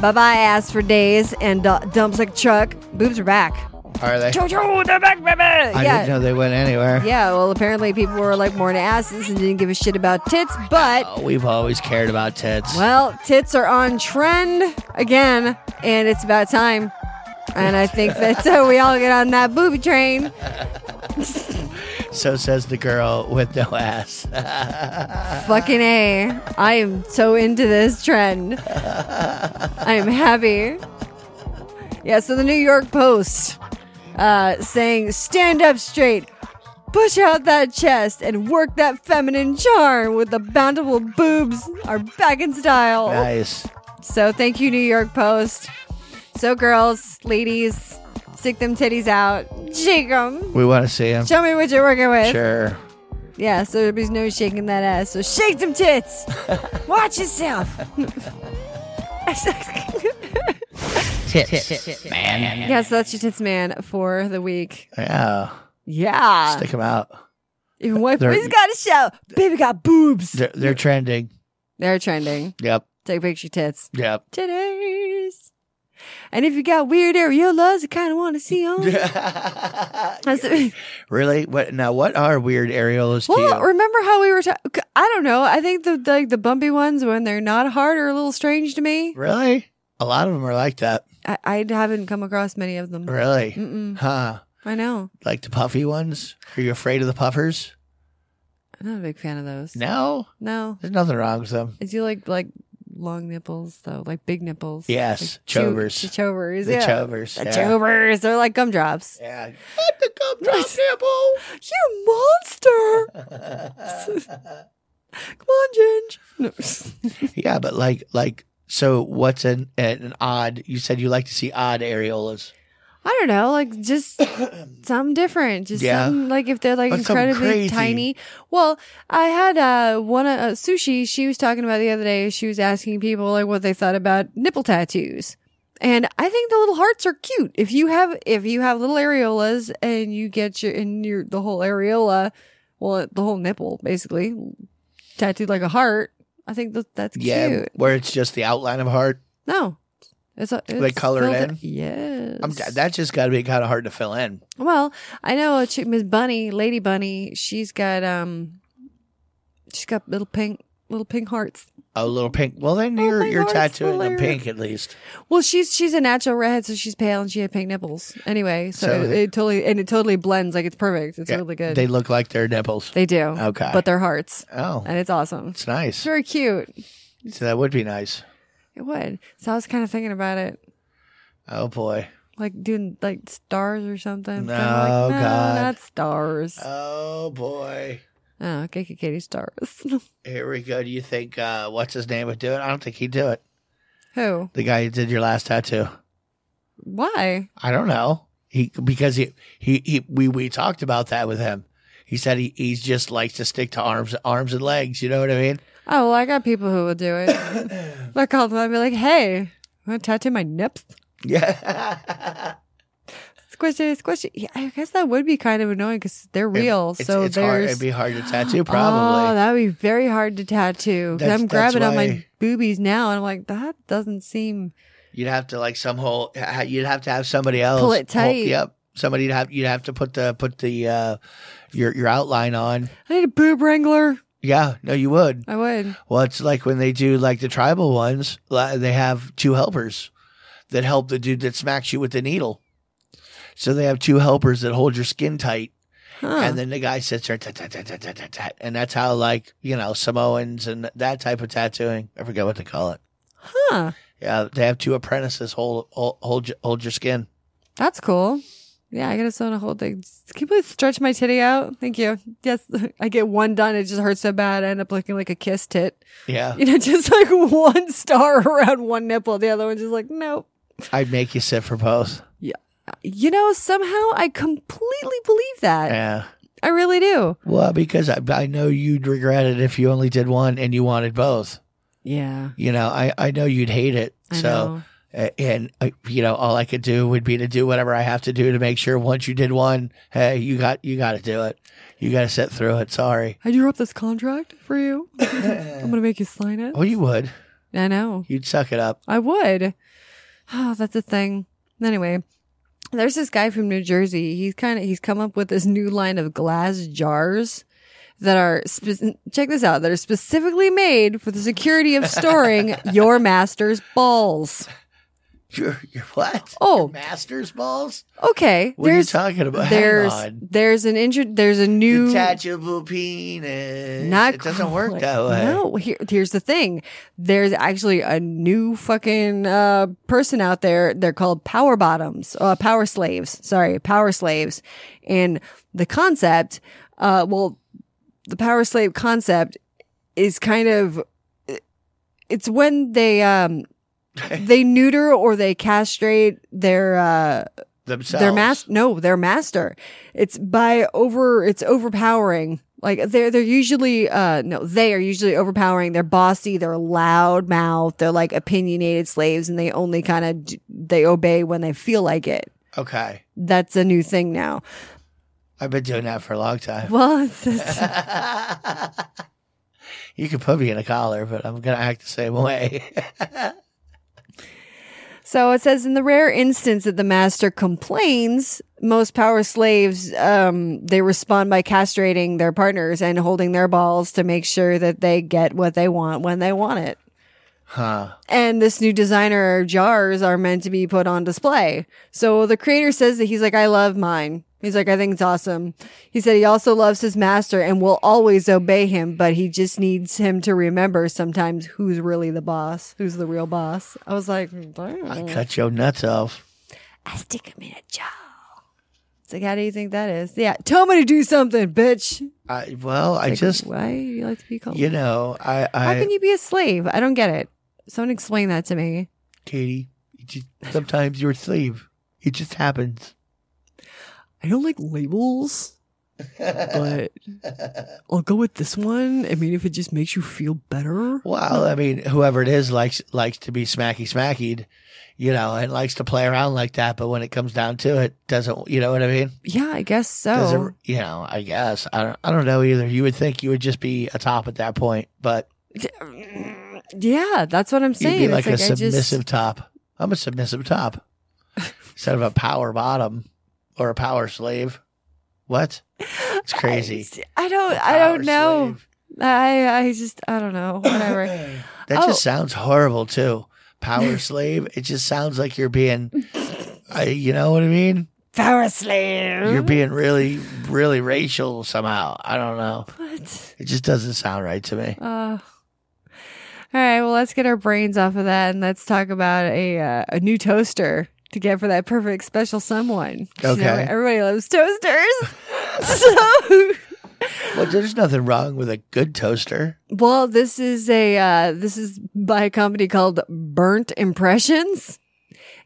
E: Bye bye ass for days and uh, dumps like a truck. Boobs are back.
F: Are they?
E: Jojo, they're back, baby.
F: I
E: yeah.
F: didn't know they went anywhere.
E: Yeah, well, apparently people were like more into asses and didn't give a shit about tits, but
F: Oh, we've always cared about tits.
E: well, tits are on trend again, and it's about time. And I think that uh, we all get on that booby train.
F: So says the girl with no ass.
E: Fucking A. I am so into this trend. I am happy. Yeah, so the New York Post uh, saying, stand up straight, push out that chest, and work that feminine charm with the bountiful boobs are back in style.
F: nice.
E: So thank you, New York Post. So, girls, ladies, stick them titties out, shake them.
F: We want to see him.
E: Show me what you're working with.
F: Sure.
E: Yeah, so there's no shaking that ass. So shake them tits. Watch yourself. man. Yeah, so that's your tits, man, for the week.
F: Yeah.
E: Yeah.
F: Stick him out.
E: Even white
F: they're-
E: boys got a show. Baby got boobs. They're,
F: They're, they're trending.
E: trending.
F: Yep.
E: Take a picture, tits.
F: Yep.
E: Titties. And if you got weird areolas, I kind of want to see them.
F: really? What? Now, what are weird areolas to
E: Well,
F: you?
E: remember how we were? Ta- I don't know. I think the like the bumpy ones when they're not hard are a little strange to me.
F: really? A lot of them are like that.
E: I, I haven't come across many of them.
F: Really?
E: Mm-mm.
F: Huh?
E: I know.
F: Like the puffy ones? Are you afraid of the puffers?
E: I'm not a big fan of those.
F: No.
E: No.
F: There's nothing wrong with them.
E: I do like like long nipples though, like big nipples.
F: Yes,
E: Like chu-
F: chovers.
E: The chovers.
F: The
E: yeah.
F: chovers.
E: The
F: yeah.
E: chovers. They're like gumdrops.
F: Yeah. Let the gumdrop nibble.
E: You monster! Come on, Ginge. No.
F: Yeah, but like, like, so what's an an odd? You said you like to see odd areolas.
E: I don't know, like just something different. Just
F: Yeah.
E: something like if they're like
F: Like something
E: incredibly
F: crazy.
E: tiny. Well, I had uh, one uh, sushi. She was talking about the other day. She was asking people like what they thought about nipple tattoos, and I think the little hearts are cute. If you have if you have little areolas and you get your in your the whole areola, well the whole nipple basically tattooed like a heart. I think that that's
F: Yeah,
E: cute.
F: where it's just the outline of a heart.
E: No, it's, a, it's
F: color it
E: filled-
F: in?
E: Yes,
F: I'm, that's just got to be kind of hard to fill in.
E: Well, I know a chick, Miss Bunny, Lady Bunny. She's got um, she's got little pink little pink hearts.
F: Oh, little pink. Well, then you're
E: my
F: you're
E: God, it's
F: tattooing a
E: hilarious.
F: pink at least.
E: Well, she's she's a natural redhead, so she's pale and she had pink nipples. Anyway, so,
F: So-
E: it, it totally and it totally blends. Like it's perfect. It's
F: Yeah,
E: really good.
F: They look like their nipples.
E: They do.
F: Okay.
E: But they're hearts.
F: Oh.
E: And it's awesome. It's
F: it's nice.
E: very cute.
F: So that would be nice.
E: It would. So I was kind of thinking about it,
F: Oh boy.
E: like doing like stars or something. Kinda
F: No,
E: like, no,
F: Oh, God.
E: not stars.
F: Oh boy.
E: oh, okay, okay, Katie, stars.
F: Here we go. Do you think uh, what's his name would do it? I don't think he'd do it.
E: Who?
F: The guy who did your last tattoo.
E: Why?
F: I don't know. He because he he, he we we talked about that with him. He said he he's just likes to stick to arms arms and legs. You know what I mean?
E: Oh, well, I got people who will do it. I call them. I'd be like, hey, want to tattoo my nips?
F: Yeah.
E: Squishy, squishy. Yeah, I guess that would be kind of annoying because they're real.
F: It's-
E: so
F: it's hard.
E: there's.
F: It'd be hard to tattoo probably.
E: Oh, that would be very hard to tattoo. 'Cause
F: That's-
E: I'm
F: that's
E: grabbing on my
F: why-
E: boobies now, and I'm like, that doesn't seem.
F: You'd have to like some whole. ha- You'd have to have somebody else
E: Pull it tight.
F: Hold- yep. Somebody you'd have you'd have to put the put the uh, your your outline on.
E: I need a boob wrangler.
F: Yeah, no, you would.
E: I would.
F: Well, it's like when they do like the tribal ones. li- They have two helpers that help the dude that smacks you with the needle. So they have two helpers that hold your skin tight,
E: Huh.
F: and then the guy sits there, tat, tat, tat, tat, tat, tat, tat. and that's how like you know Samoans and that type of tattooing. I forget what they call it.
E: huh.
F: Yeah, they have two apprentices hold hold hold, your- hold your skin.
E: That's cool. Yeah, I gotta sew on a whole thing. Can you please stretch my titty out? Thank you. Yes, I get one done. It just hurts so bad. I end up looking like a kiss tit.
F: Yeah,
E: You know, just like one star around one nipple. The other one's just like, nope.
F: I'd make you sit for both.
E: You know, somehow I completely believe that.
F: Yeah.
E: I really do.
F: Well, because I, I know you'd regret it if you only did one and you wanted both.
E: Yeah.
F: You know, I, I know you'd hate it.
E: I
F: so,
E: know.
F: a- and, uh, you know, all I could do would be to do whatever I have to do to make sure once you did one, hey, you got, you got to do it. You got to sit through it. Sorry.
E: I drew up this contract for you. I'm gonna make you sign it.
F: Well, Oh, you would.
E: I know.
F: You'd suck it up.
E: I would. Oh, that's a thing. Anyway, there's this guy from New Jersey. He's kind of he's come up with this new line of glass jars that are spe- check this out that are specifically made for the security of storing your master's balls.
F: Your, your what?
E: Oh.
F: Your master's balls?
E: Okay,
F: What
E: there's
F: are you talking about? Hang
E: there's
F: on.
E: there's an injured there's a new
F: detachable penis.
E: not
F: it doesn't work
E: quite.
F: that way.
E: No, here, here's the thing. There's actually a new fucking uh, person out there. They're called power bottoms, uh, power slaves. Sorry, power slaves. And the concept, uh, well, the power slave concept is kind of it's when they um they neuter or they castrate their uh
F: Themselves.
E: their master no their master it's by over it's overpowering like they're they're usually uh no they are usually overpowering they're bossy they're loud mouth they're like opinionated slaves and they only kind of d- they obey when they feel like it
F: Okay.
E: that's a new thing now
F: I've been doing that for a long time.
E: well it's just,
F: you could put me in a collar, but I'm gonna act the same way.
E: so it says in the rare instance that the master complains most power slaves um they respond by castrating their partners and holding their balls to make sure that they get what they want when they want it
F: huh.
E: and this new designer jars are meant to be put on display. So the creator says that he's like, I love mine. He's like, I think it's awesome. He said he also loves his master and will always obey him, but he just needs him to remember sometimes who's really the boss, who's the real boss. I was like,
F: I
E: "Damn."
F: cut your nuts off.
E: I stick him in a jar. It's like, how do you think that is? Yeah, tell me to do something, bitch.
F: I well, I just
E: Why you like to be called?
F: you know, I
E: How
F: I
E: can you be a slave? I don't get it. Someone explain that to me.
F: Katie, you just, sometimes you're a slave. It just happens.
E: I don't like labels, but I'll go with this one. I mean, if it just makes you feel better.
F: Well, I mean, whoever it is likes likes to be smacky smackied, you know, and likes to play around like that. But when it comes down to it, doesn't you know what I mean?
E: Yeah, I guess
F: Does
E: so.
F: it, you know, I guess I don't. I don't know either. You would think you would just be a top at that point, but
E: yeah, that's what I'm saying.
F: you'd be
E: It's
F: like a
E: I just-
F: submissive top. I'm a submissive top instead of a power bottom or a power slave. What? It's crazy.
E: I don't.
F: A
E: I don't
F: power
E: know.
F: slave.
E: I I just I don't know. Whatever.
F: That
E: Oh.
F: just sounds horrible too. Power slave. It just sounds like you're being, I, you know what I mean?
E: Power slave.
F: You're being really, really racial somehow. I don't know.
E: What?
F: It just doesn't sound right to me.
E: Uh, all right. Well, let's get our brains off of that and let's talk about a uh, a new toaster to get for that perfect special someone. You know,
F: Okay.
E: everybody loves toasters. so,
F: Well, there's nothing wrong with a good toaster.
E: well, this is a uh, this is by a company called Burnt Impressions,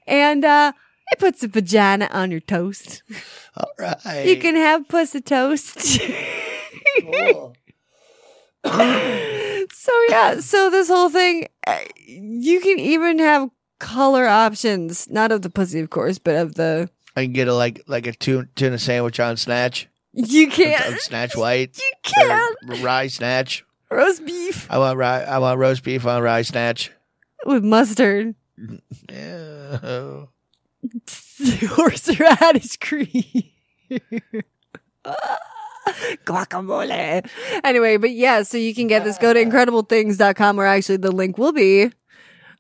E: and uh, it puts a vagina on your toast.
F: All right.
E: You can have pussy toast.
F: Cool.
E: So yeah, so this whole thing, uh, you can even have color options, not of the pussy, of course, but of the
F: I can get a like like a tuna, tuna sandwich on snatch.
E: you
F: On
E: can't
F: snatch white.
E: you
F: or
E: can't
F: Rye snatch.
E: roast beef
F: I want rye. I want roast beef on rye snatch.
E: with mustard
F: Ew.
E: horseradish cream. Guacamole. Anyway, but yeah, so you can get this. Go to incrediblethings.com, or actually, the link will be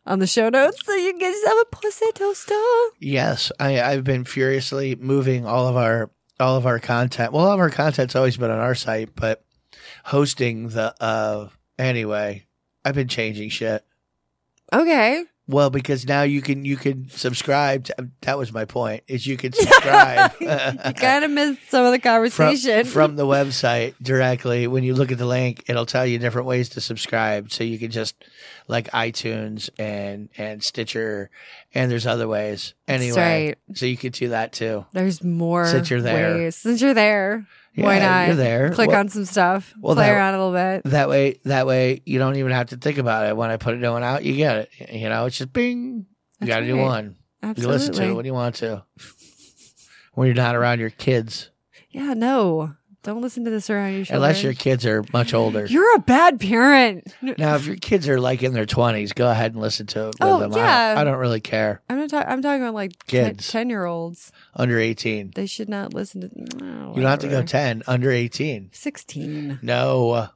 E: on the show notes. So you can get yourself a pussy toaster.
F: Yes, I, I've been furiously moving all of our all of our content. Well, all of our content's always been on our site, but hosting the uh anyway, I've been changing shit.
E: Okay.
F: Well, because now you can you can subscribe. To, that was my point. Is you can subscribe
E: You kind of missed some of the
F: from,
E: conversation.
F: from the website directly. When you look at the link, it'll tell you different ways to subscribe. So you can just like iTunes and and Stitcher, and there's other ways. Anyway,
E: right.
F: so you could do that too.
E: There's more.
F: Since you're there.
E: ways. Since you're there, why
F: Yeah,
E: not?
F: You're there.
E: Click
F: Well,
E: on some stuff.
F: well,
E: play
F: that-
E: around a little bit.
F: that way. That way, you don't even have to think about it. When I put a new one out, you get it. You know, it's just bing. You
E: That's
F: got to do
E: right.
F: one. You
E: Absolutely.
F: listen to it when you want to. When you're not around your kids,
E: yeah, no. Don't listen to this around your shoulder.
F: unless your kids are much older.
E: You're a bad parent.
F: Now, if your kids are like in their twenties, go ahead and listen to it with
E: Oh,
F: them. I,
E: yeah.
F: don't, I don't really care.
E: I'm not talking. I'm talking about like
F: Kids.
E: ten year olds.
F: Under eighteen,
E: They should not listen to. No,
F: you don't have to go
E: whatever.
F: ten. Under eighteen,
E: Sixteen.
F: no,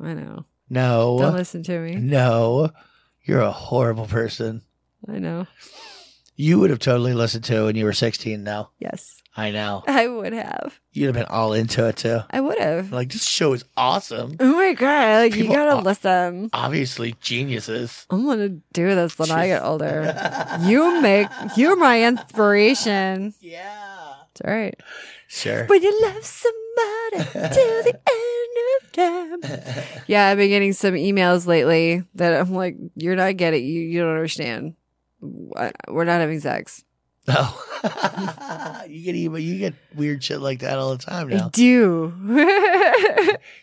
E: I know. Don't
F: no,
E: listen to me.
F: no. You're a horrible person.
E: I know.
F: You would have totally listened to it when you were sixteen. Now
E: Yes,
F: I know
E: I would have.
F: you'd have been all into it too.
E: I would have.
F: Like this show is awesome.
E: Oh my god! you
F: People
E: gotta
F: are-
E: listen.
F: Obviously, geniuses.
E: I'm gonna do this when I get older. You make you're my inspiration. Yeah. It's all right.
F: Sure.
E: When you love somebody till the end of time. Yeah, I've been getting some emails lately that I'm like, you're not getting you you don't understand. I- We're not having sex.
F: No. Oh. you get even you get weird shit like that all the time
E: I
F: now.
E: do.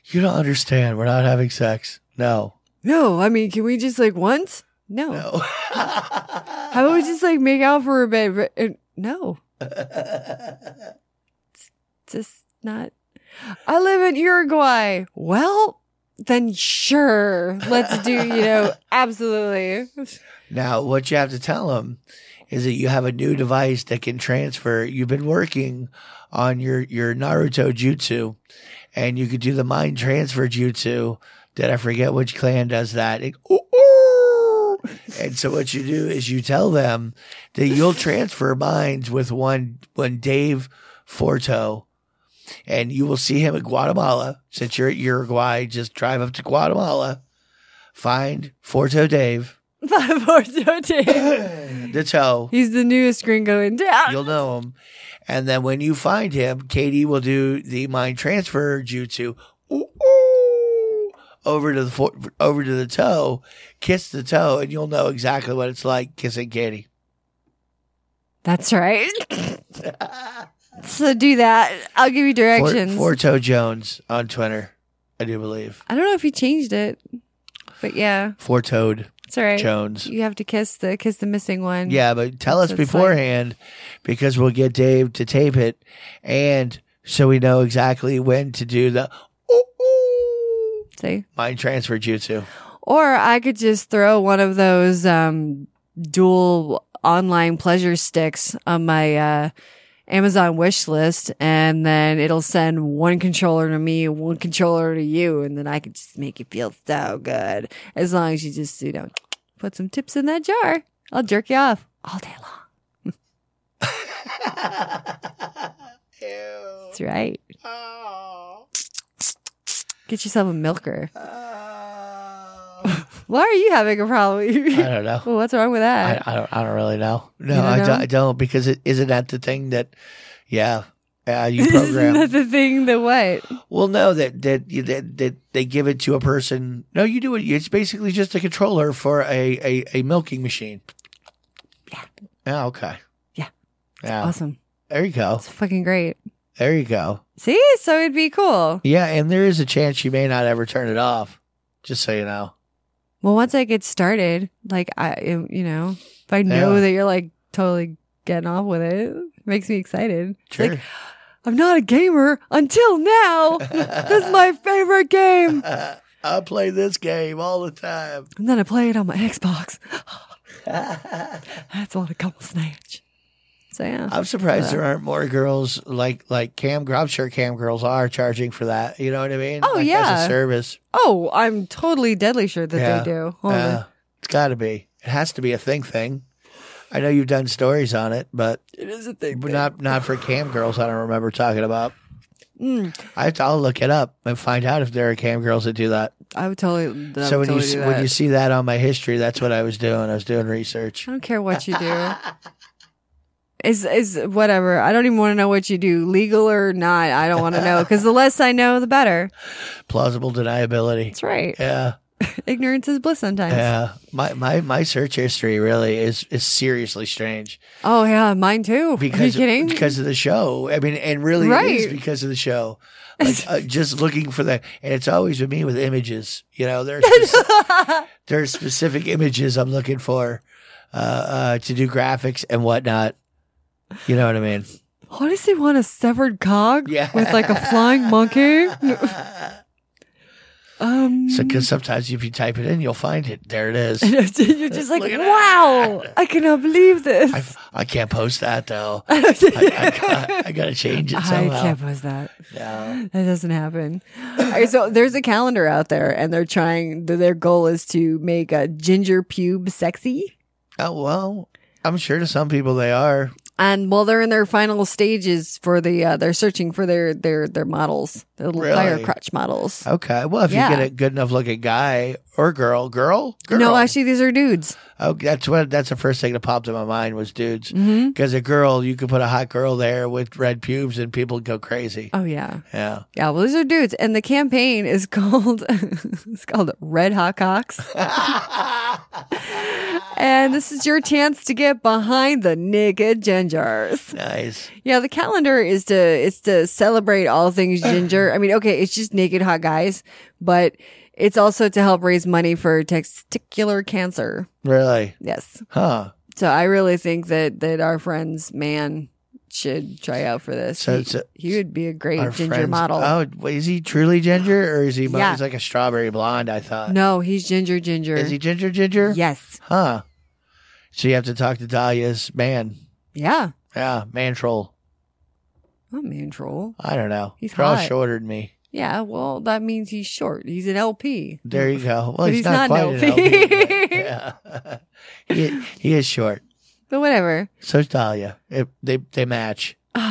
F: You don't understand. We're not having sex. No.
E: no, I mean, can we just like once? No.
F: No.
E: How about we just like make out for a bit? But, uh, no. it's just not. I live in Uruguay. Well, then sure. Let's do, you know, absolutely.
F: Now, what you have to tell them is that you have a new device that can transfer. You've been working on your, your Naruto jutsu and you could do the mind transfer jutsu that I forget which clan does that. It- ooh, ooh. and so what you do is you tell them that you'll transfer minds with one, one Dave Forto and you will see him in Guatemala. Since you're at Uruguay, just drive up to Guatemala, find Forto Dave.
E: Five, four, so two.
F: the toe.
E: He's the newest gringo in town.
F: You'll know him. And then when you find him, Katie will do the mind transfer jutsu Ooh, ooh, over to the fo- over to the toe, kiss the toe, and you'll know exactly what it's like kissing Katie.
E: That's right. so do that. I'll give you directions.
F: Four Toe Jones on Twitter, I do believe.
E: I don't know if he changed it, but yeah,
F: Four Toed
E: it's all right.
F: Jones.
E: You have to kiss the kiss the missing one.
F: Yeah, but tell
E: That's
F: us
E: what it's
F: beforehand because we'll get Dave to tape it, and so we know exactly when to do the ooh, ooh,
E: See?
F: mind transfer jutsu.
E: Or I could just throw one of those um, dual online pleasure sticks on my uh, Amazon wish list, and then it'll send one controller to me, one controller to you, and then I can just make you feel so good. As long as you just, you know, put some tips in that jar, I'll jerk you off all day long. That's right. Get yourself a milker. Why are you having a
F: I
E: problem?
F: don't know.
E: well, what's wrong with that?
F: I, I don't. I don't really know. No,
E: don't
F: I,
E: know?
F: Don't, I don't because it isn't that the thing that. Yeah, uh, you
E: Isn't
F: program.
E: that the thing? The what?
F: well, no, that that, you- that that they give it to a person. No, you do it. It's basically just a controller for a a, a milking machine. Yeah. okay.
E: Yeah.
F: Yeah.
E: Awesome.
F: There you go.
E: It's fucking great.
F: There you go.
E: See, so it'd be cool.
F: Yeah, and there is a chance you may not ever turn it off. Just so you know.
E: Well, once I get started, like I, you know, if I know
F: Yeah.
E: that you're like totally getting off with it, it makes me excited. It's
F: Sure.
E: like I'm not a gamer until now. this is my favorite game.
F: Uh, I play this game all the time.
E: And then I play it on my Xbox. That's what a couple snatch. So yeah.
F: I'm surprised there aren't more girls like like cam. I'm sure cam girls are charging for that. You know what I mean?
E: Oh,
F: Like, as
E: yeah.
F: a service.
E: oh, I'm totally deadly sure that
F: Yeah.
E: they do. Hold
F: Yeah.
E: on.
F: it's got to be. It has to be a thing thing. I know you've done stories on it, but
E: It is a thing.
F: but not not for cam girls. I don't remember talking about.
E: Mm,
F: I have to, I'll look it up and find out if there are cam girls that do that.
E: I would totally. I
F: so
E: would
F: when
E: totally
F: you see-
E: do
F: when you
E: that.
F: see that on my history, that's what I was doing. I was doing research.
E: I don't care what you do. Is is whatever. I don't even want to know what you do, legal or not. I don't want to know because the less I know, the better.
F: Plausible deniability.
E: That's right.
F: Yeah.
E: Ignorance is bliss sometimes.
F: Yeah, my, my my search history really is is seriously strange
E: Oh yeah, mine too. Are you
F: because
E: kidding?
F: because of the show. I mean, and really it is
E: Right.
F: because of the show. Like, uh, just looking for that, and it's always with me with images. You know, there's spec- there's specific images I'm looking for uh, uh, to do graphics and whatnot. You know what I mean?
E: Honestly, want a severed cog
F: Yeah.
E: with like a flying monkey? um,
F: So because sometimes if you type it in, you'll find it. There it is.
E: you're just like,
F: Look at
E: wow! I cannot believe this.
F: I, I can't post that though. I,
E: I,
F: I, I gotta change it somehow.
E: can't post that.
F: No.
E: That doesn't happen. All right, so there's a calendar out there, and they're trying. th- Their goal is to make a ginger pube sexy.
F: Oh well, I'm sure to some people they are.
E: And while they're in their final stages for the, uh, they're searching for their their their models, their little
F: Really? Uh,
E: fire crotch models.
F: Okay. Well, if
E: Yeah.
F: you get a good enough looking guy or girl, girl, girl.
E: No, actually, these are dudes.
F: oh, that's what. That's the first thing that popped in my mind was dudes.
E: Mm-hmm.
F: Because a girl, you could put a hot girl there with red pubes, and people go crazy.
E: Oh yeah,
F: Yeah.
E: yeah. Well, these are dudes, and the campaign is called it's called Red Hot Cocks. and this is your chance to get behind the naked gingers.
F: Nice.
E: Yeah, the calendar is to is to celebrate all things ginger. I mean, okay, it's just naked hot guys, but it's also to help raise money for testicular cancer.
F: Really?
E: Yes.
F: Huh.
E: So I really think that that our friend's man should try out for this.
F: So
E: he,
F: it's a-
E: he would be a great
F: Our
E: ginger
F: friends-
E: model.
F: Oh, wait, is he truly ginger or is he?
E: Yeah.
F: He's like a strawberry blonde. I thought.
E: no, he's ginger ginger.
F: Is he ginger? Ginger?
E: Yes.
F: Huh. So you have to talk to Dahlia's man.
E: Yeah.
F: Yeah, man troll.
E: Oh man troll.
F: I don't know.
E: He's
F: They're all
E: hot.
F: shorter than me.
E: Yeah, well that means he's short. He's an LP.
F: There you go. Well,
E: But
F: he's,
E: he's not
F: not, quite an
E: LP.
F: LP, but yeah. he, he is short.
E: But whatever.
F: So's Dahlia. It, they they match.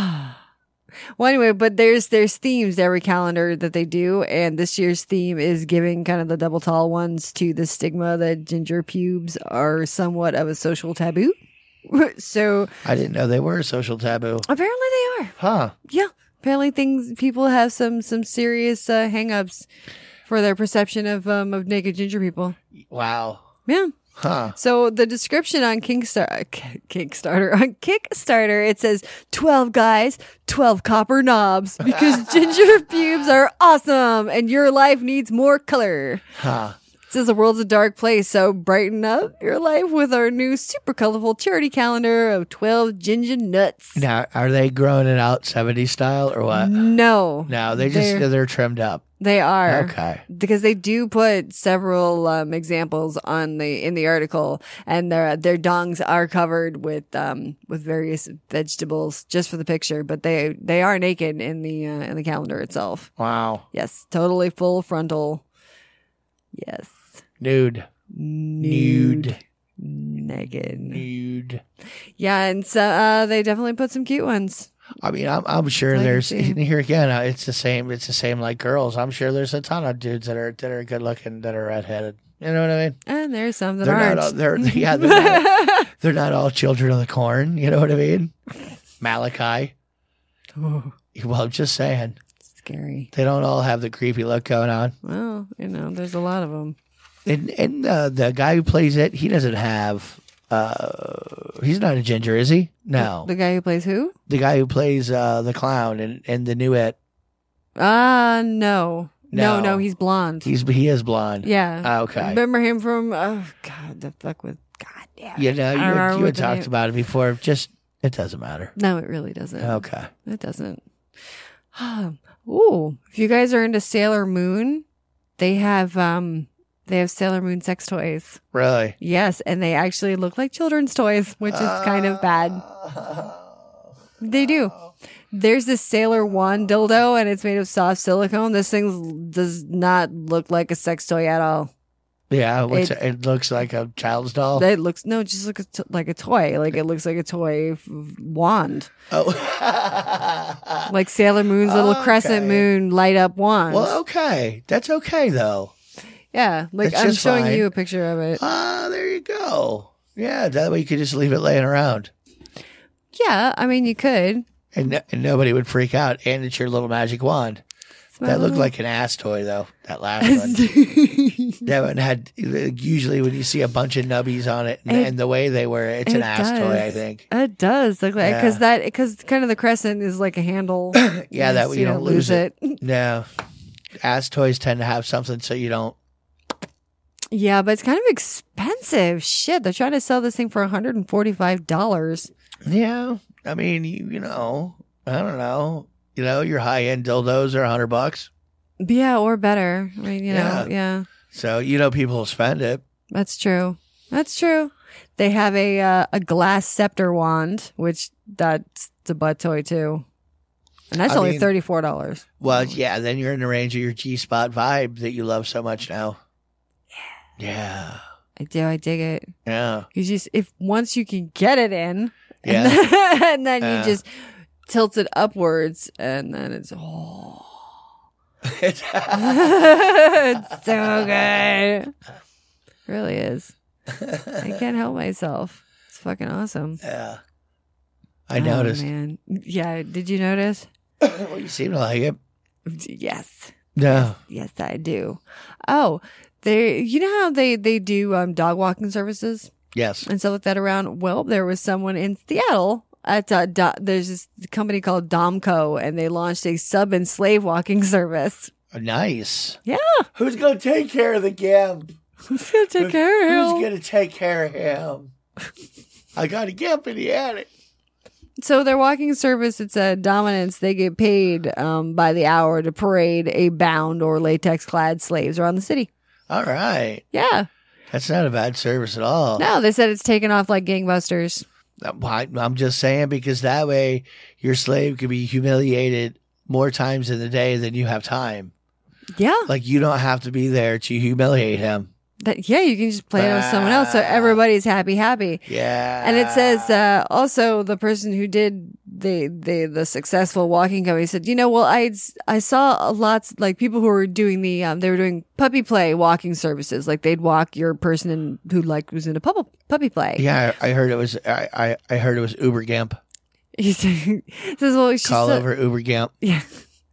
E: Well, anyway, but there's there's themes every calendar that they do, and this year's theme is giving kind of the double tall ones to the stigma that ginger pubes are somewhat of a social taboo. so
F: I didn't know they were a social taboo.
E: apparently they are.
F: Huh.
E: Yeah, apparently things people have some some serious uh, hangups for their perception of um of naked ginger people.
F: Wow.
E: Yeah.
F: Huh.
E: So the description on Kickstarter, Kickstarter on Kickstarter, it says twelve guys, twelve copper knobs because ginger pubes are awesome and your life needs more color.
F: Huh.
E: says the world's a dark place, so brighten up your life with our new super colorful charity calendar of 12 ginger nuts.
F: Now, are they growing it out 70s style or what?
E: No.
F: No, they just
E: They're-
F: they're, trimmed up.
E: They are.
F: Okay.
E: Because they do put several um, examples on the in the article, and their their dongs are covered with um with various vegetables just for the picture, but they they are naked in the uh, in the calendar itself.
F: Wow,
E: Yes, totally full frontal. Yes,
F: nude, nude,
E: naked.
F: nude.
E: Yeah, and so uh, they definitely put some cute ones.
F: I mean, I'm, I'm sure
E: I can
F: there's
E: see.
F: here again. uh, It's the same. It's the same like girls. I'm sure there's a ton of dudes that are that are good looking that are redheaded. You know what I mean?
E: And there's some that
F: they're
E: aren't.
F: not. All, they're yeah. They're not, they're not all children of the corn. You know what I mean? Malachi. Well, I'm just saying
E: Scary.
F: they don't all have the creepy look going on.
E: Well, you know, there's a lot of them.
F: And and uh, the guy who plays it, he doesn't have. Uh, he's not a ginger, is he? No,
E: The guy who plays who?
F: the guy who plays uh, the clown and and the new it.
E: Ah, no. no,
F: No.
E: no, he's blonde.
F: He's he is blonde.
E: yeah.
F: Ah, okay.
E: Remember him from? Oh God, the fuck with God damn. it.
F: You know,
E: I don't remember
F: you, you
E: what
F: had
E: the
F: talked
E: name-
F: about it before. Just it doesn't matter.
E: No, it really doesn't.
F: Okay.
E: It doesn't. Um, Ooh, if you guys are into Sailor Moon, they have um they have Sailor Moon sex toys.
F: Really.
E: Yes, and they actually look like children's toys, which is kind of bad.
F: Oh.
E: They do. There's this Sailor One dildo, and it's made of soft silicone. This thing does not look like a sex toy at all.
F: Yeah, what's
E: It-
F: it, looks like a child's doll.
E: It looks no, it just looks t- like a toy. Like it looks like a toy f- wand,
F: oh.
E: like Sailor Moon's little crescent
F: Okay.
E: moon light up wand.
F: well, okay. That's okay though.
E: yeah, like
F: that's
E: I'm
F: just
E: showing
F: fine.
E: you a picture of it.
F: Ah, there you go. Yeah, that way you could just leave it laying around.
E: Yeah, I mean you could.
F: And, no- and nobody would freak out. And it's your little magic wand. That looked like an ass toy, though. That last one. that one had usually when you see a bunch of nubbies on it and,
E: It-
F: and the way they were, it's an
E: It
F: ass toy,
E: does.
F: I think.
E: It does look like because
F: Yeah.
E: that because kind of the crescent is like a handle. yeah,
F: Yeah, that way you don't lose it. No, ass toys tend to have something so you don't.
E: Yeah, but it's kind of expensive. Shit, they're trying to sell this thing for one hundred and forty five dollars.
F: Yeah, I mean, you, you know, I don't know. You know, your high end dildos are a hundred bucks,
E: Yeah, or better. I mean, you know,
F: Yeah.
E: yeah,
F: so you know people will spend it.
E: that's true. That's true. They have a uh, a glass scepter wand, which that's the butt toy too, and that's
F: I
E: only
F: mean-
E: thirty four dollars.
F: Well,
E: Mm-hmm.
F: yeah, then you're in the range of your G spot vibe that you love so much now. Yeah,
E: I do. I dig it.
F: yeah,
E: You just if once you can get it in,
F: Yeah. Uh.
E: and then, and then
F: Yeah.
E: you just tilt it upwards, and then it's oh, it's so good. Really is. I can't help myself. It's fucking awesome.
F: yeah. I noticed.
E: Oh, man. Yeah. Did you notice?
F: well, you seem to like it.
E: Yes.
F: No,
E: Yes, I do. Oh, they. You know how they they do um, dog walking services.
F: yes.
E: and stuff like that around. Well, there was someone in Seattle at uh, Do- there's this company called Domco, and they launched a sub and slave walking service.
F: Nice.
E: Yeah.
F: Who's gonna take care of the gimp?
E: Who's gonna take care of
F: Who's
E: him?
F: gonna take care of him? I got a gimp in the attic.
E: so their walking service, it's a dominance. They get paid um, by the hour to parade a bound or latex clad slaves around the city.
F: All right,
E: Yeah.
F: that's not a bad service at all.
E: No, they said it's taken off like gangbusters.
F: I, am just saying because that way your slave could be humiliated more times in the day than you have time.
E: Yeah.
F: Like you don't have to be there to humiliate him.
E: That, yeah, you can just play it with someone else. So everybody's happy, happy.
F: Yeah.
E: And it says uh, also the person who did the the the successful walking company said, you know, well, I I saw lots like people who were doing the um, they were doing puppy play walking services, like they'd walk your person in, who like was into puppy puppy play.
F: Yeah, I I heard it was. I, I, I heard it was Uber Gimp.
E: He said- says, well, she
F: Call
E: saw,
F: over Uber Gimp.
E: Yeah.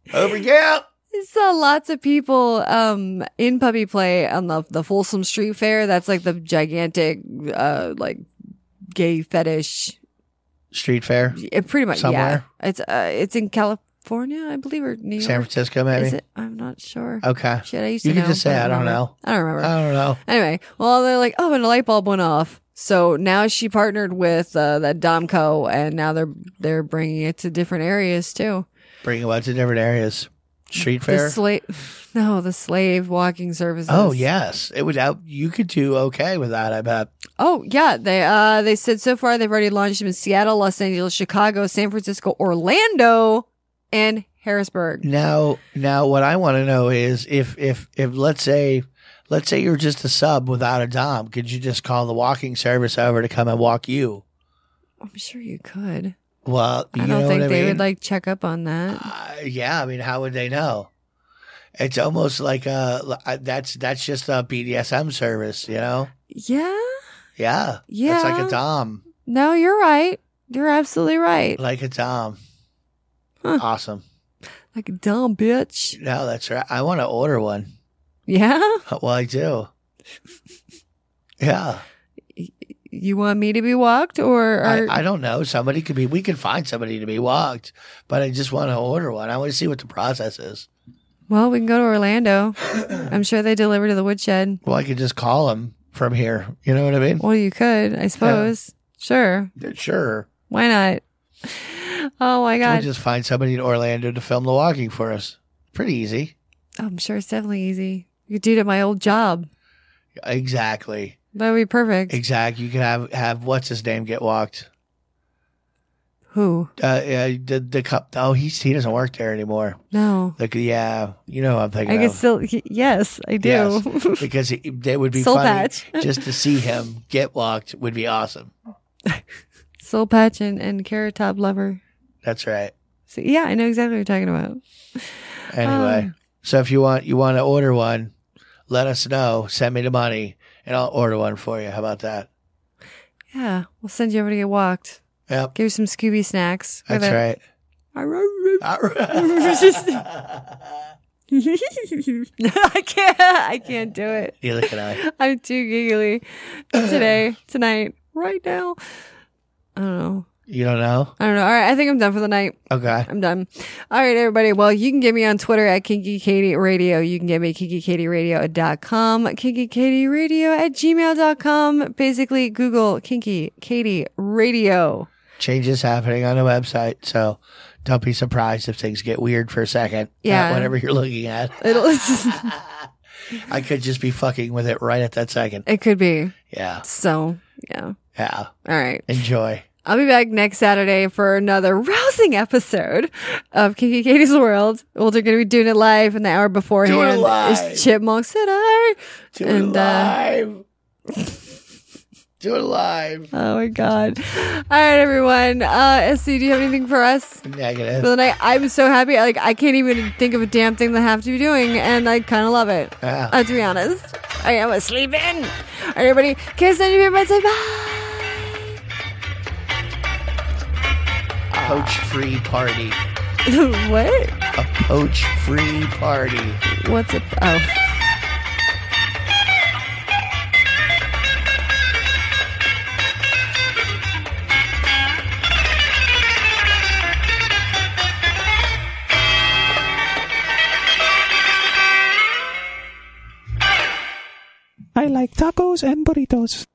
F: Uber Gimp.
E: I saw lots of people um in puppy play on the the Folsom Street Fair. That's like the gigantic uh like gay fetish
F: Street fair.
E: It pretty much eh,
F: Somewhere?
E: yeah. It's uh, it's in California. California, I believe, or New York.
F: San Francisco, maybe.
E: Is it? I'm not sure.
F: Okay.
E: Shit, I used
F: You
E: to
F: could
E: know,
F: just say,
E: but
F: "I don't
E: remember.
F: know." Uh,
E: I don't remember.
F: I don't know.
E: Anyway, well, they're like, oh, and a light bulb went off. So now she partnered with uh, that Domco, and now they're they're bringing it to different areas too.
F: Bring you out to different areas. Street
E: The
F: fair.
E: slave, no, the slave walking services.
F: oh yes, it would out. You could do okay with that. I bet.
E: Oh yeah, they uh they said so far they've already launched them in Seattle, Los Angeles, Chicago, San Francisco, Orlando, and Harrisburg.
F: Now, now, what I want to know is if if if let's say let's say you're just a sub without a dom, could you just call the walking service over to come and walk you?
E: I'm sure you could.
F: Well, you
E: I
F: know
E: don't think
F: what I
E: they
F: mean?
E: would like check up on that.
F: Uh, yeah, I mean, how would they know? It's almost like uh li- uh, that's that's just a BDSM service, you know?
E: Yeah.
F: Yeah,
E: Yeah.
F: It's like a dom,
E: No, you're right. You're absolutely right.
F: like a dom.
E: Huh.
F: Awesome.
E: Like a dumb bitch.
F: No, that's right. I want to order one.
E: Yeah.
F: Well, I do. Yeah,
E: You want me to be walked or, or
F: I, I don't know. Somebody could be. We can find somebody to be walked, but I just want to order one. I want to see what the process is.
E: well, we can go to Orlando. I'm sure they deliver to the woodshed.
F: Well, I could just call them from here. You know what I mean?
E: Well, you could, I suppose. Sure.
F: Sure.
E: Why not? Oh my
F: We'll
E: god.
F: just find somebody in Orlando to film the walking for us. Pretty easy.
E: Oh, I'm sure it's definitely easy. You could do it at my old job.
F: Exactly.
E: That would be perfect.
F: Exact. You can have have what's his name get walked.
E: Who?
F: Uh, uh the the cup. Oh, he he doesn't work there anymore.
E: No.
F: Like yeah, you know what I'm thinking.
E: I
F: of.
E: could still. y- Yes, I do.
F: Yes, because it, that would be
E: Soul
F: funny.
E: patch.
F: Just to see him get walked would be awesome.
E: Soul Patch and, and Carrot Top Lover.
F: That's right.
E: So, yeah, I know exactly what you're talking about.
F: Anyway,
E: Um,
F: so if you want you want to order one, let us know. Send me the money, and I'll order one for you. How about that?
E: Yeah, we'll send you over to get walked.
F: Yep,
E: Give you some Scooby snacks. Look
F: that's
E: at
F: right.
E: that.
F: All right. Uh,
E: I can't. I can't do it.
F: Neither can I.
E: I'm too giggly today, tonight, right now. I don't know.
F: You don't know?
E: I don't know. All right, I think I'm done for the night.
F: Okay.
E: I'm done. All right, everybody. Well, you can get me on Twitter at Kinky Katie Radio. You can get me at kinkykatieradio.com, kinkykatieradio at gmail.com. Basically, Google Kinky Katie Radio.
F: Changes happening on the website, so don't be surprised if things get weird for a second.
E: Yeah.
F: At whatever you're looking at,
E: It'll,
F: I could just be fucking with it right at that second.
E: it could be.
F: Yeah.
E: So, yeah.
F: Yeah.
E: All right.
F: Enjoy.
E: I'll be back next Saturday for another rousing episode of Kinky Katie's World. Well, they're going to be doing it live in the hour beforehand.
F: live.
E: It's Chipmunks and I.
F: Do
E: And,
F: it
E: uh,
F: live. Do it live.
E: Oh my God. All right, everyone. Uh, SC, do you have anything for us?
F: Negative.
E: For the night, I'm so happy. Like, I can't even think of a damn thing that I have to be doing, and I kind of love it.
F: Yeah.
E: Uh, to be honest, I am asleep in. All right, everybody, kiss on your bed, say bye.
F: poach free party.
E: what?
F: A poach free party.
E: What's it? Oh.
I: I like tacos and burritos.